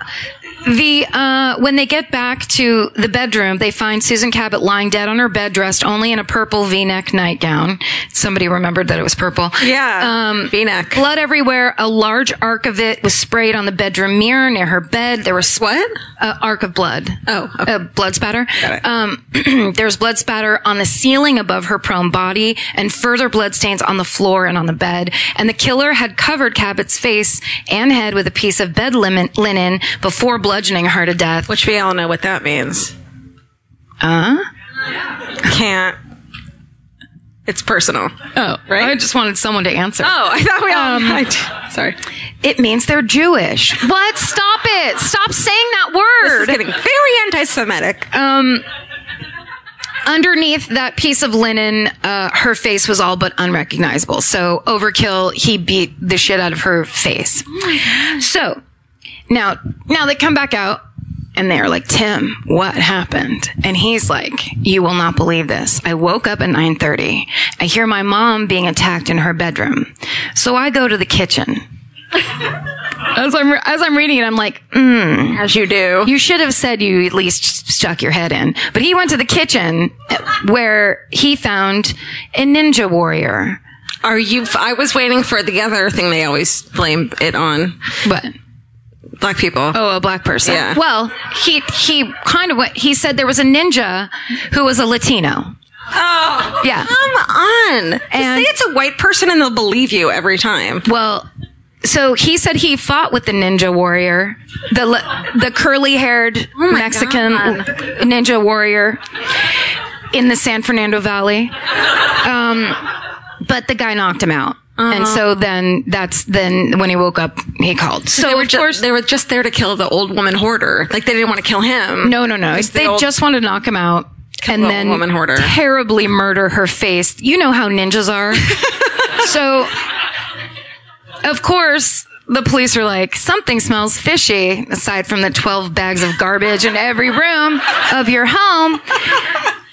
Speaker 5: the uh, when they get back to the bedroom, they find Susan Cabot lying dead on her bed, dressed only in a purple V-neck nightgown. Somebody remembered that it was purple.
Speaker 4: Yeah.
Speaker 5: Um,
Speaker 4: V-neck.
Speaker 5: Blood everywhere. A large arc of it was sprayed on the bedroom mirror near her bed. There was
Speaker 4: What?
Speaker 5: uh, arc of blood.
Speaker 4: Oh, okay.
Speaker 5: Uh, blood spatter.
Speaker 4: it.
Speaker 5: Um, there was blood spatter on the ceiling above her prone body, and further blood stains on the floor and on the bed. And the killer had covered Cabot's face and head with a piece of bed linen, linen before bludgeoning her to death.
Speaker 4: Which we all know what that means.
Speaker 5: Uh?
Speaker 4: Huh? Can't. It's personal.
Speaker 5: oh,
Speaker 4: right?
Speaker 5: I just wanted someone to answer.
Speaker 4: Oh, I thought we all.
Speaker 5: Um,
Speaker 4: I- sorry.
Speaker 5: It means they're Jewish. What? Stop it! Stop saying that
Speaker 4: This
Speaker 5: word.
Speaker 4: is getting very anti-Semitic.
Speaker 5: Um, underneath that piece of linen, uh, her face was all but unrecognizable. So Overkill, he beat the shit out of her face. so now, now they come back out and they're like, Tim, what happened? And he's like, you will not believe this. I woke up at 930. I hear my mom being attacked in her bedroom. So I go to the kitchen. as I'm, as I'm reading it, I'm like,
Speaker 4: As you do.
Speaker 5: you should have said you at least stuck your head in. But he went to the kitchen where he found a ninja warrior.
Speaker 4: Are you? I was waiting for the other thing they always blame it on
Speaker 5: But
Speaker 4: black people.
Speaker 5: oh, a black person.
Speaker 4: Yeah.
Speaker 5: Well, he he kind of went. He said there was a ninja who was a Latino.
Speaker 4: Oh.
Speaker 5: Yeah.
Speaker 4: Come on. Just
Speaker 5: And-
Speaker 4: say it's a white person and they'll believe you every time.
Speaker 5: Well, so he said he fought with the ninja warrior, the la- the curly haired Mexican
Speaker 4: Oh God.
Speaker 5: ninja warrior in the San Fernando Valley. Um, but the guy knocked him out.
Speaker 4: Uh-huh.
Speaker 5: And so then that's then when he woke up, he called. So
Speaker 4: they were
Speaker 5: of
Speaker 4: ju-
Speaker 5: course,
Speaker 4: they were just there to kill the old woman hoarder. Like they didn't want to kill him.
Speaker 5: no, no, no.
Speaker 4: Mm-hmm. the
Speaker 5: They
Speaker 4: old-
Speaker 5: just wanted to knock him out and
Speaker 4: the
Speaker 5: then
Speaker 4: woman hoarder.
Speaker 5: terribly murder her face. You know how ninjas are. so, of course, the police are like, something smells fishy aside from the 12 bags of garbage in every room of your home.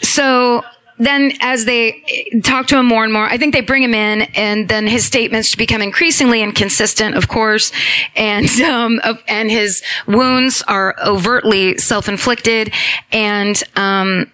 Speaker 5: So then as they talk to him more and more, I think they bring him in and then his statements become increasingly inconsistent, of course. And, um, of- and his wounds are overtly self-inflicted. And, um,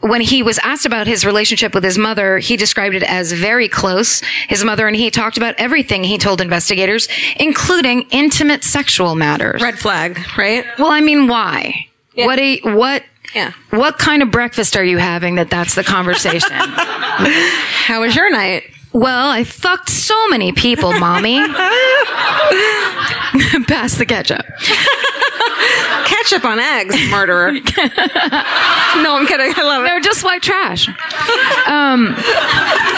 Speaker 5: when he was asked about his relationship with his mother, he described it as very close. His mother and he talked about everything he told investigators, including intimate sexual matters.
Speaker 4: Red flag, right?
Speaker 5: Well, I mean, why? What a what?
Speaker 4: Yeah.
Speaker 5: What kind of breakfast are you having that that's the conversation?
Speaker 4: How was your night?
Speaker 5: well, I fucked so many people, mommy. Pass the ketchup.
Speaker 4: Ketchup on eggs, murderer. no, I'm kidding. I love
Speaker 5: They're
Speaker 4: it.
Speaker 5: just white trash. Um,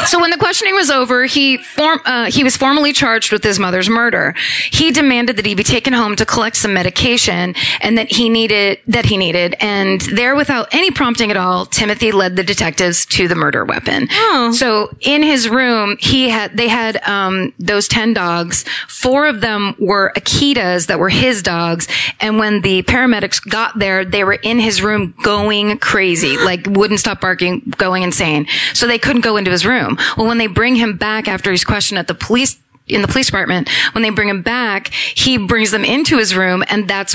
Speaker 5: so when the questioning was over, he form uh, he was formally charged with his mother's murder. He demanded that he be taken home to collect some medication and that he needed that he needed. And there, without any prompting at all, Timothy led the detectives to the murder weapon.
Speaker 4: Oh.
Speaker 5: So in his room, he had they had um, those ten dogs. Four of them were Akitas that were his dogs. And when the paramedics got there, they were in his room going crazy, like wouldn't stop barking, going insane. So they couldn't go into his room. Well, when they bring him back after he's questioned at the police in the police department, when they bring him back, he brings them into his room, and that's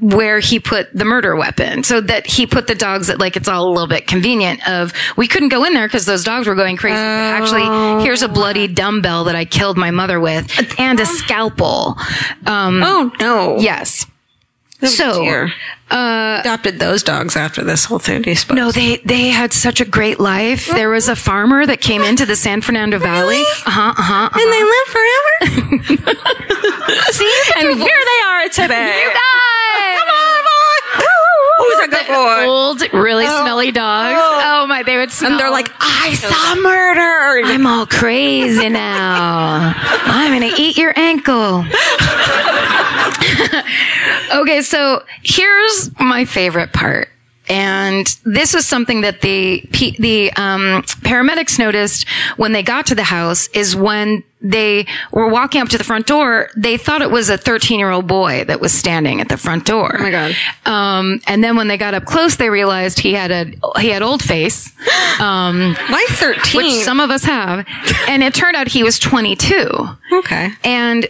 Speaker 5: where he put the murder weapon so that he put the dogs at like it's all a little bit convenient of we couldn't go in there because those dogs were going crazy But actually here's a bloody dumbbell that i killed my mother with and a scalpel um
Speaker 4: Oh no. Oh,
Speaker 5: yes so uh,
Speaker 4: Dear. Adopted those dogs after this whole thing. do you suppose?
Speaker 5: No, they they had such a great life. There was a farmer that came into the San Fernando Valley. Uh huh. Uh huh.
Speaker 4: And they live forever. and here they are today.
Speaker 5: You guys!
Speaker 4: Come on, boy. Who's a good boy?
Speaker 5: Old, really smelly dogs. Oh. my, they would smell.
Speaker 4: And they're like, I saw murder.
Speaker 5: I'm all crazy now. I'm gonna eat your ankle. okay, so here's my favorite part. And this is something that the P- the um, paramedics noticed when they got to the house is when they were walking up to the front door, they thought it was a 13 year old boy that was standing at the front door. Oh my
Speaker 4: God.
Speaker 5: Um, and then when they got up close, they realized he had a he had old face
Speaker 4: Why 13?
Speaker 5: which some of us have. And it turned out he was 22.
Speaker 4: okay.
Speaker 5: And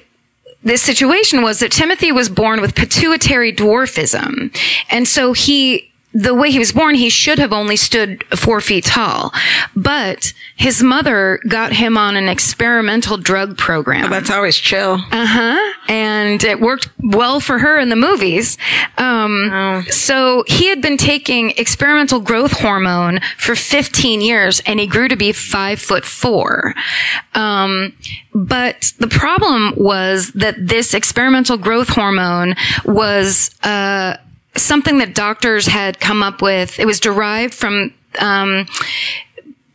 Speaker 5: the situation was that Timothy was born with pituitary dwarfism. And so he, the way he was born, he should have only stood four feet tall. But his mother got him on an experimental drug program
Speaker 4: That's always chill.
Speaker 5: and it worked well for her in the movies. Um, So he had been taking experimental growth hormone for 15 years, and he grew to be five foot four. Um, but the problem was that this experimental growth hormone was uh, something that doctors had come up with. It was derived from. Um,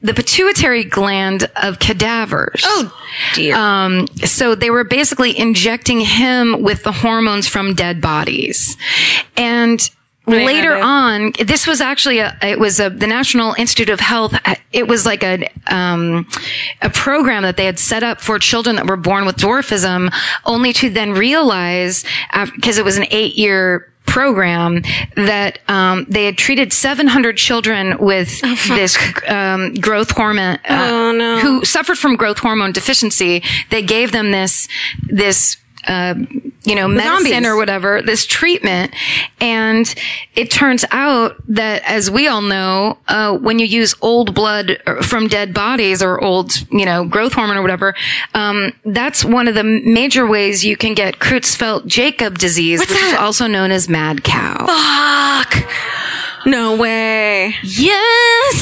Speaker 5: the pituitary gland of cadavers. Oh
Speaker 4: Dear.
Speaker 5: um, so they were basically injecting him with the hormones from dead bodies. And later on, this was actually a, it was a, the National Institute of Health. It was like a, um, a program that they had set up for children that were born with dwarfism only to then realize, because it was an eight year program that um, they had treated 700 children with this um, growth hormone uh, who suffered from growth hormone deficiency they gave them this this uh, you know, medicine
Speaker 4: zombies.
Speaker 5: or whatever, this treatment. And it turns out that, as we all know, uh, when you use old blood or- from dead bodies or old, you know, growth hormone or whatever, um, that's one of the major ways you can get Creutzfeldt-Jacob disease, which is also known as mad cow.
Speaker 4: Fuck. No way.
Speaker 5: Yes.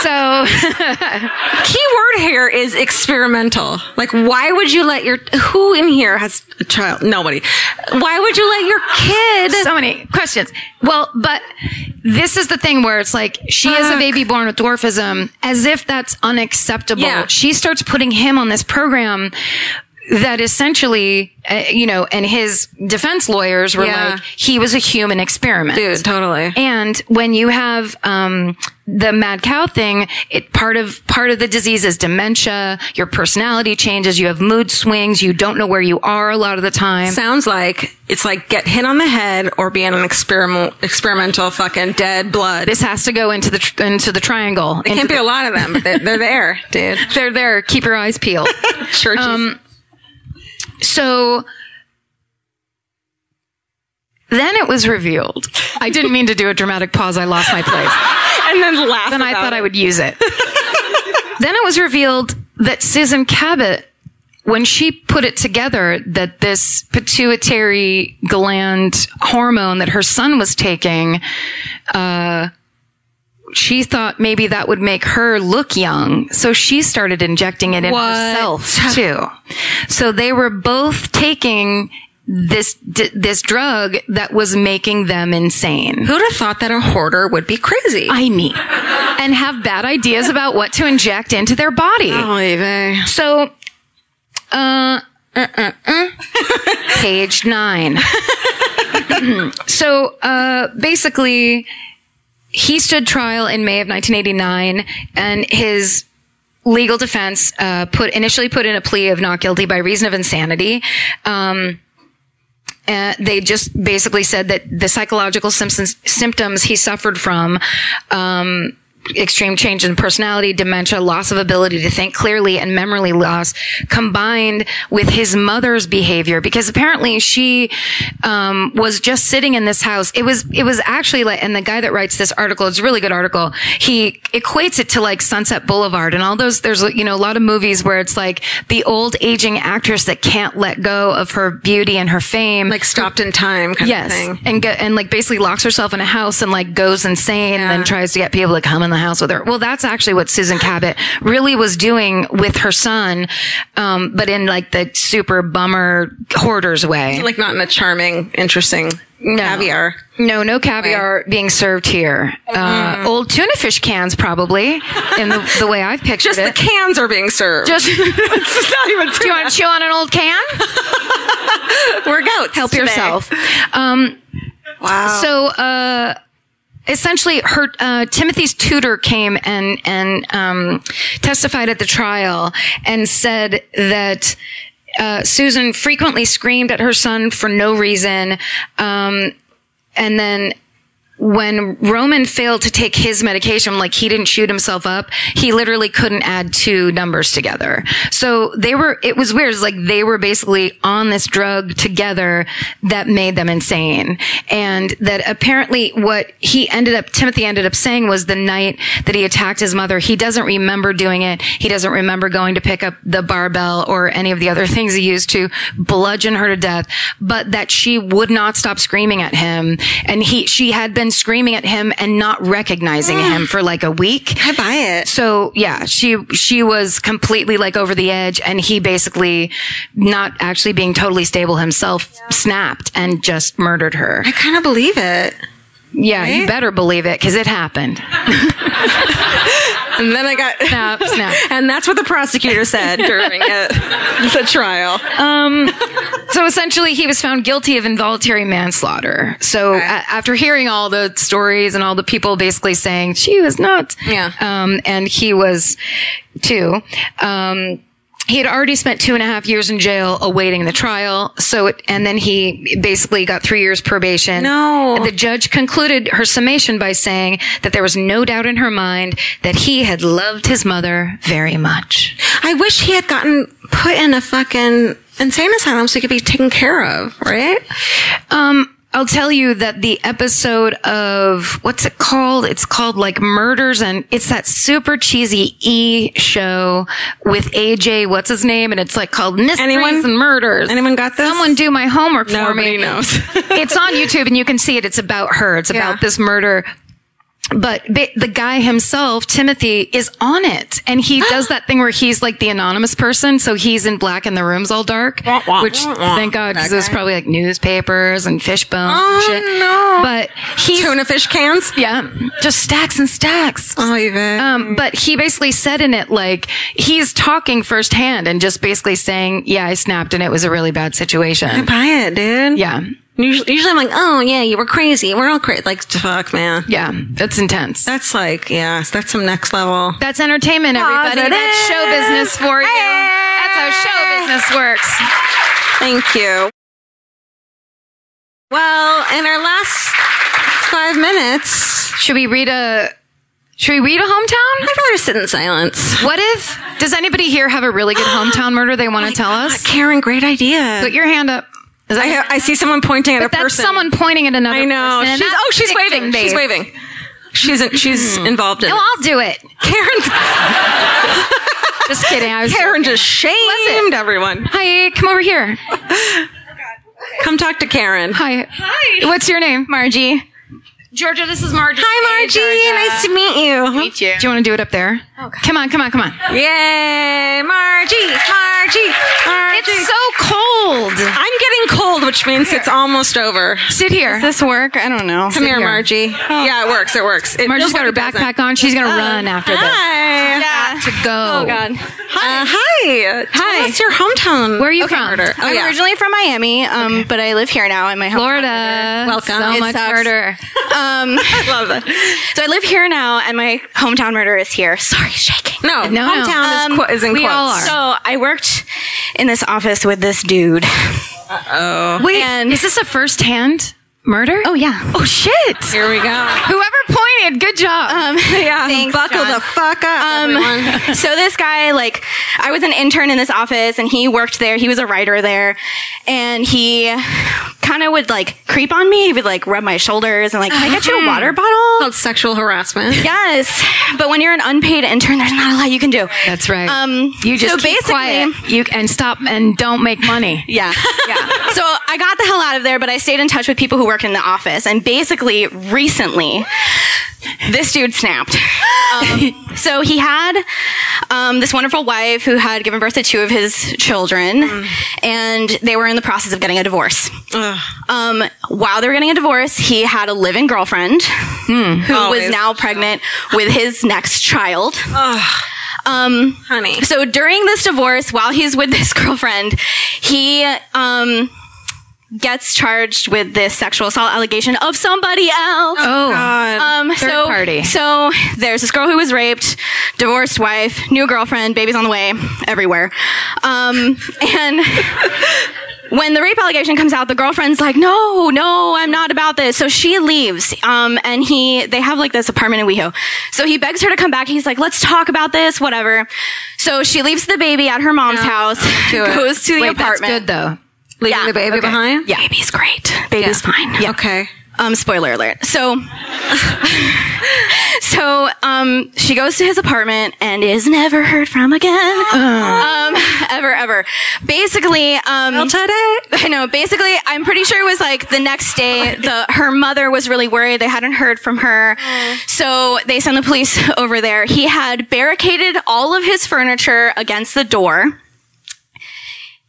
Speaker 5: so
Speaker 4: Key word here is experimental. Like, why would you let your who in here has a child? Nobody. Why would you let your kid?
Speaker 5: so many questions. Well, but this is the thing where it's like she is a
Speaker 4: Fuck.
Speaker 5: baby born with dwarfism, as if that's unacceptable.
Speaker 4: Yeah.
Speaker 5: She starts putting him on this program that essentially, uh, you know, and his defense lawyers were
Speaker 4: Yeah.
Speaker 5: like, he was a human experiment.
Speaker 4: Dude, totally.
Speaker 5: And when you have um, the mad cow thing, it part of part of the disease is dementia. Your personality changes. You have mood swings. You don't know where you are a lot of the time.
Speaker 4: Sounds like it's like get hit on the head or be in an experiment, experimental fucking dead blood.
Speaker 5: this has to go into the tr- into the triangle.
Speaker 4: There
Speaker 5: Into-
Speaker 4: can't be a lot of them, but they're, they're there, dude. Um,
Speaker 5: they're there. Keep your eyes peeled.
Speaker 4: Churches.
Speaker 5: so then it was revealed. I didn't mean to do a dramatic pause. I lost my place.
Speaker 4: and then laugh.
Speaker 5: then I
Speaker 4: about
Speaker 5: thought I
Speaker 4: it.
Speaker 5: would use it. then it was revealed that Susan Cabot, when she put it together, that this pituitary gland hormone that her son was taking, uh, she thought maybe that would make her look young. So she started injecting it in herself too. So they were both taking this d- this drug that was making them insane.
Speaker 4: Who'd have thought that a hoarder would be crazy?
Speaker 5: I mean, and have bad ideas about what to inject into their body. So, uh, uh, uh, uh. page nine. so, uh, basically, he stood trial in May of 1989, and his legal defense uh, put initially put in a plea of not guilty by reason of insanity. Um, uh, they just basically said that the psychological symptoms symptoms he suffered from um, extreme change in personality, dementia, loss of ability to think clearly, and memory loss, combined with his mother's behavior, because apparently she um, was just sitting in this house. It was it was actually like, and the guy that writes this article, it's a really good article. He equates it to like Sunset Boulevard and all those. There's you know a lot of movies where it's like the old aging actress that can't let go of her beauty and her fame,
Speaker 4: Like stopped in time kind
Speaker 5: Yes,
Speaker 4: of thing.
Speaker 5: and go, and like basically locks herself in a house and like goes insane and then tries to get people to come in the house with her. Well, that's actually what Susan Cabot really was doing with her son, um, but in like the super bummer hoarder's way.
Speaker 4: Like not in a charming, interesting caviar.
Speaker 5: No, no caviar being served here.
Speaker 4: Mm-hmm.
Speaker 5: Uh, old tuna fish cans probably in the, the way I've pictured
Speaker 4: Just
Speaker 5: it.
Speaker 4: the cans are being served.
Speaker 5: Just-
Speaker 4: it's not even
Speaker 5: Do you want to chew on an old can?
Speaker 4: We're goats.
Speaker 5: Help
Speaker 4: today.
Speaker 5: yourself. Um,
Speaker 4: Wow.
Speaker 5: So, uh, essentially, her uh, Timothy's tutor came and and um, testified at the trial and said that. Uh, Susan frequently screamed at her son for no reason. Um, and then when Roman failed to take his medication, like he didn't shoot himself up, he literally couldn't add two numbers together. So they were, it was weird. It's like they were basically on this drug together that made them insane. And that apparently what he ended up, Timothy ended up saying was the night that he attacked his mother, he doesn't remember doing it. He doesn't remember going to pick up the barbell or any of the other things he used to bludgeon her to death, but that she would not stop screaming at him. And he, she had been screaming at him and not recognizing him for like a week.
Speaker 4: I buy it.
Speaker 5: So yeah, she, she was completely like over the edge and he basically not actually being totally stable himself snapped and just murdered her.
Speaker 4: I kind of believe it.
Speaker 5: Yeah, you better believe it because it happened.
Speaker 4: And then I got
Speaker 5: Snap, snap.
Speaker 4: And that's what the prosecutor said during it, the trial.
Speaker 5: So essentially, he was found guilty of involuntary manslaughter. So a- after hearing all the stories and all the people basically saying she was not,
Speaker 4: Yeah.
Speaker 5: um, and he was too. Um, he had already spent two and a half years in jail awaiting the trial. So, it, and then he basically got three years probation.
Speaker 4: No.
Speaker 5: And the judge concluded her summation by saying that there was no doubt in her mind that he had loved his mother very much.
Speaker 4: I wish he had gotten put in a fucking insane asylum so he could be taken care of, right?
Speaker 5: Um, I'll tell you that the episode of what's it called? It's called like Murders, and it's that super cheesy E show with AJ. What's his name? And it's like called Mysteries
Speaker 4: Anyone?
Speaker 5: and Murders.
Speaker 4: Anyone got this?
Speaker 5: Someone do my homework for
Speaker 4: Nobody
Speaker 5: me.
Speaker 4: knows.
Speaker 5: it's on YouTube, and you can see it. It's about her. It's
Speaker 4: Yeah.
Speaker 5: about this murder. But ba- the guy himself, Timothy, is on it, and he does that thing where he's like the anonymous person, so he's in black and the room's all dark.
Speaker 4: wah,
Speaker 5: which
Speaker 4: wah, wah.
Speaker 5: thank God, because
Speaker 4: That
Speaker 5: it was
Speaker 4: guy.
Speaker 5: probably like newspapers and fish bones
Speaker 4: Oh,
Speaker 5: and shit.
Speaker 4: no.
Speaker 5: But he's
Speaker 4: Tuna fish cans?
Speaker 5: yeah, just stacks and stacks.
Speaker 4: Oh, even.
Speaker 5: Um, but he basically said in it, like, he's talking firsthand and just basically saying, yeah, I snapped and it was a really bad situation.
Speaker 4: Buy it, dude.
Speaker 5: Yeah.
Speaker 4: Usually, usually I'm like, oh, yeah, you were crazy. We're all crazy. Like, fuck, man.
Speaker 5: Yeah. That's intense.
Speaker 4: That's like, yeah, that's some next level.
Speaker 5: That's entertainment, everybody.
Speaker 4: Positive.
Speaker 5: That's show business for you.
Speaker 4: Hey.
Speaker 5: That's how show business works.
Speaker 4: Thank you. Well, in our last five minutes,
Speaker 5: Should we read a, should we read a hometown?
Speaker 4: I'd rather sit in silence.
Speaker 5: What if, does anybody here have a really good hometown murder they want to tell us?
Speaker 4: Karen, great idea.
Speaker 5: Put your hand up. Is that-
Speaker 4: I, ha- I see someone pointing at a
Speaker 5: that's
Speaker 4: person.
Speaker 5: someone pointing at another
Speaker 4: I know.
Speaker 5: person, and
Speaker 4: She's,
Speaker 5: that's
Speaker 4: oh, she's waving. She's
Speaker 5: fiction-based.
Speaker 4: waving. She's in, she's involved in.
Speaker 5: Hmm. No, I'll do it.
Speaker 4: Karen.
Speaker 5: Just kidding. I was
Speaker 4: Karen
Speaker 5: joking.
Speaker 4: just shamed everyone.
Speaker 5: Hi, come over here.
Speaker 4: Come talk to Karen.
Speaker 5: Hi. Hi. What's your name? Margie. Georgia, this is Margie.
Speaker 4: Hi, Margie. nice to meet you. Meet
Speaker 5: Do you want to do it up there? Come on, come on, come on.
Speaker 4: Yay, Margie, Margie, Margie.
Speaker 5: It's so cold.
Speaker 4: I'm getting cold, which means it's almost over.
Speaker 5: Sit here.
Speaker 6: this work? I don't know.
Speaker 4: Come here,
Speaker 5: here.
Speaker 4: Margie. Yeah, it works. It works. It
Speaker 5: Margie's
Speaker 4: feels
Speaker 5: got her
Speaker 4: like it doesn't.
Speaker 5: backpack on. She's going to run after this.
Speaker 4: Hi.
Speaker 6: Yeah.
Speaker 5: To go.
Speaker 6: Oh God.
Speaker 4: Hi. Uh, hi.
Speaker 6: Hi.
Speaker 4: What's your hometown?
Speaker 5: Where are you
Speaker 4: Okay,
Speaker 5: from?
Speaker 4: Murder. Oh,
Speaker 6: I'm
Speaker 4: yeah.
Speaker 6: originally from Miami, um, but I live here now in my home.
Speaker 5: Florida.
Speaker 4: Welcome.
Speaker 5: So
Speaker 4: It
Speaker 5: much
Speaker 6: sucks.
Speaker 5: murder.
Speaker 6: Um,
Speaker 4: I love that.
Speaker 6: so I live here now, and my hometown murder is here. Sorry, shaking.
Speaker 4: No,
Speaker 5: No, no.
Speaker 4: hometown
Speaker 6: Um,
Speaker 4: is, qu- is in
Speaker 5: we
Speaker 4: quotes.
Speaker 5: all are.
Speaker 6: So I worked in this office with this dude.
Speaker 5: Wait,
Speaker 6: And-
Speaker 5: is this a first-hand murder?
Speaker 6: Oh yeah.
Speaker 5: Oh, shit.
Speaker 4: Here we go.
Speaker 5: Whoever pointed, good job.
Speaker 6: Um,
Speaker 4: Yeah.
Speaker 6: Thanks,
Speaker 4: buckle
Speaker 6: John.
Speaker 4: the fuck up, everyone.
Speaker 6: Um, so this guy, like, I was an intern in this office and he worked there. He was a writer there and he kind of would like creep on me. He would like rub my shoulders and like, can I get
Speaker 5: Uh-huh.
Speaker 6: you a water bottle?
Speaker 5: Oh,
Speaker 4: Called sexual harassment.
Speaker 6: Yes. But when you're an unpaid intern, there's not a lot you can do.
Speaker 5: That's right.
Speaker 6: Um,
Speaker 5: you just
Speaker 6: so
Speaker 5: keep
Speaker 6: basically-
Speaker 5: quiet. You and stop and don't make money.
Speaker 6: Yeah. Yeah. so I got the hell out of there, but I stayed in touch with people who worked in the office. And basically, recently, this dude snapped. Um, so he had um, this wonderful wife who had given birth to two of his children, and they were in the process of getting a divorce. Um, while they were getting a divorce, he had a live in girlfriend who
Speaker 4: Always.
Speaker 6: was now pregnant with his next child. Um,
Speaker 4: Honey.
Speaker 6: so during this divorce, while he's with this girlfriend, he um, gets charged with this sexual assault allegation of somebody else.
Speaker 5: Oh,
Speaker 4: God.
Speaker 6: Um,
Speaker 5: Third
Speaker 6: so,
Speaker 5: party.
Speaker 6: so there's this girl who was raped, divorced wife, new girlfriend, baby's on the way, everywhere. Um, and when the rape allegation comes out, the girlfriend's like, "No, no, I'm not about this." So she leaves. Um, and he, they have like this apartment in WeHo. So he begs her to come back. He's like, "Let's talk about this, whatever." So she leaves the baby at her mom's house, goes to the
Speaker 5: Wait, that's
Speaker 6: apartment.
Speaker 5: good though.
Speaker 4: Leaving
Speaker 6: yeah,
Speaker 4: the baby behind?
Speaker 6: Yeah, baby's great. Baby's fine.
Speaker 4: Yeah. Okay.
Speaker 6: Um, spoiler alert. So, so um, she goes to his apartment and is never heard from again. Um, ever, ever. Basically, um, I know. Basically, I'm pretty sure it was like the next day. The her mother was really worried. They hadn't heard from her, so they sent the police over there. He had barricaded all of his furniture against the door.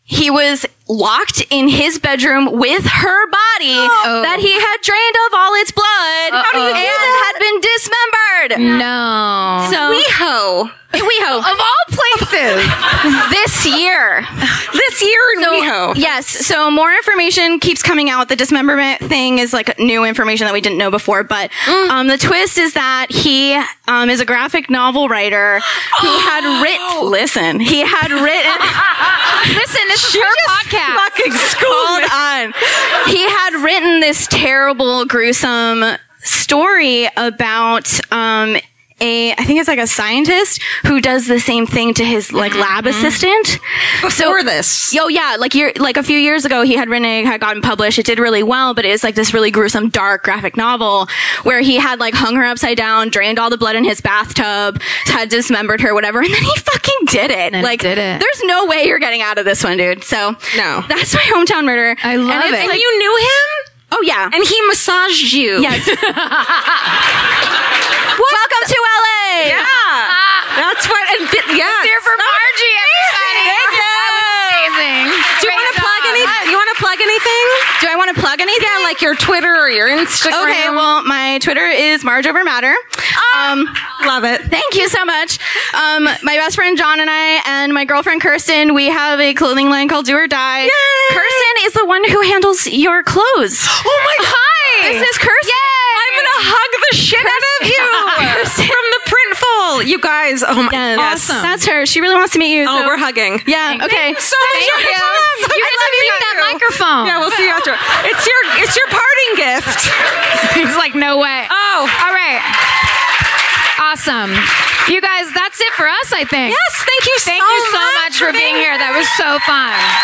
Speaker 6: He was locked in his bedroom with her body that he had drained of all its blood and had been dismembered.
Speaker 5: No.
Speaker 6: So
Speaker 4: Weho.
Speaker 6: WeHo
Speaker 5: Of all places.
Speaker 6: this year.
Speaker 4: This year in
Speaker 6: So,
Speaker 4: WeHo.
Speaker 6: Yes. So more information keeps coming out. The dismemberment thing is like new information that we didn't know before. But
Speaker 5: Mm.
Speaker 6: um, the twist is that he um, is a graphic novel writer who had written. Listen, he had written.
Speaker 5: Listen, this is her podcast.
Speaker 6: fucking schooled on. He had written this terrible, gruesome story about um, a, I think it's like a scientist who does the same thing to his like lab
Speaker 5: Mm-hmm.
Speaker 6: assistant.
Speaker 4: Before this.
Speaker 6: Yo, Oh, yeah, like year, like a few years ago, he had written, it had gotten published. It did really well, but it's like this really gruesome, dark graphic novel where he had like hung her upside down, drained all the blood in his bathtub, had dismembered her, whatever, and then he fucking did it.
Speaker 5: And
Speaker 6: like,
Speaker 5: did it.
Speaker 6: there's no way you're getting out of this one, dude. So
Speaker 4: No.
Speaker 6: that's my hometown murder.
Speaker 5: I love
Speaker 6: and it's
Speaker 5: it.
Speaker 6: Like,
Speaker 4: you knew him?
Speaker 6: oh yeah,
Speaker 4: And he massaged you.
Speaker 6: yes. Welcome to LA.
Speaker 4: Yeah. That's what. And th- yeah.
Speaker 5: Here for Margie, everybody.
Speaker 4: Thank you.
Speaker 5: Amazing.
Speaker 4: Do you want to plug any? You want to plug anything?
Speaker 6: Do I want to plug anything?
Speaker 4: Yeah, like your Twitter or your Instagram.
Speaker 6: Okay, well, my Twitter is Marge Over Matter.
Speaker 4: Ah!
Speaker 6: Um,
Speaker 4: love it.
Speaker 6: Thank you so much. Um, my best friend John and I, and my girlfriend Kirsten, we have a clothing line called Do or Die. Kirsten is the one who handles your clothes.
Speaker 4: Oh my god!
Speaker 6: This is Kirsten.
Speaker 4: I'm gonna hug the shit out of you from the printful. You guys, oh my,
Speaker 6: Yes.
Speaker 4: awesome.
Speaker 6: That's her. She really wants to meet you.
Speaker 4: oh,
Speaker 6: so-
Speaker 4: we're hugging.
Speaker 6: Yeah. Okay.
Speaker 4: So much
Speaker 5: Thank you. You guys have reached that microphone.
Speaker 4: Yeah, we'll see you after. It's your it's your parting gift.
Speaker 5: He's like, no way. Uh,
Speaker 4: Oh.
Speaker 5: All right. Awesome. You guys, that's it for us, I think.
Speaker 4: Yes, thank you
Speaker 5: Thank
Speaker 4: so
Speaker 5: you so
Speaker 4: much
Speaker 5: much for being here. That was so fun.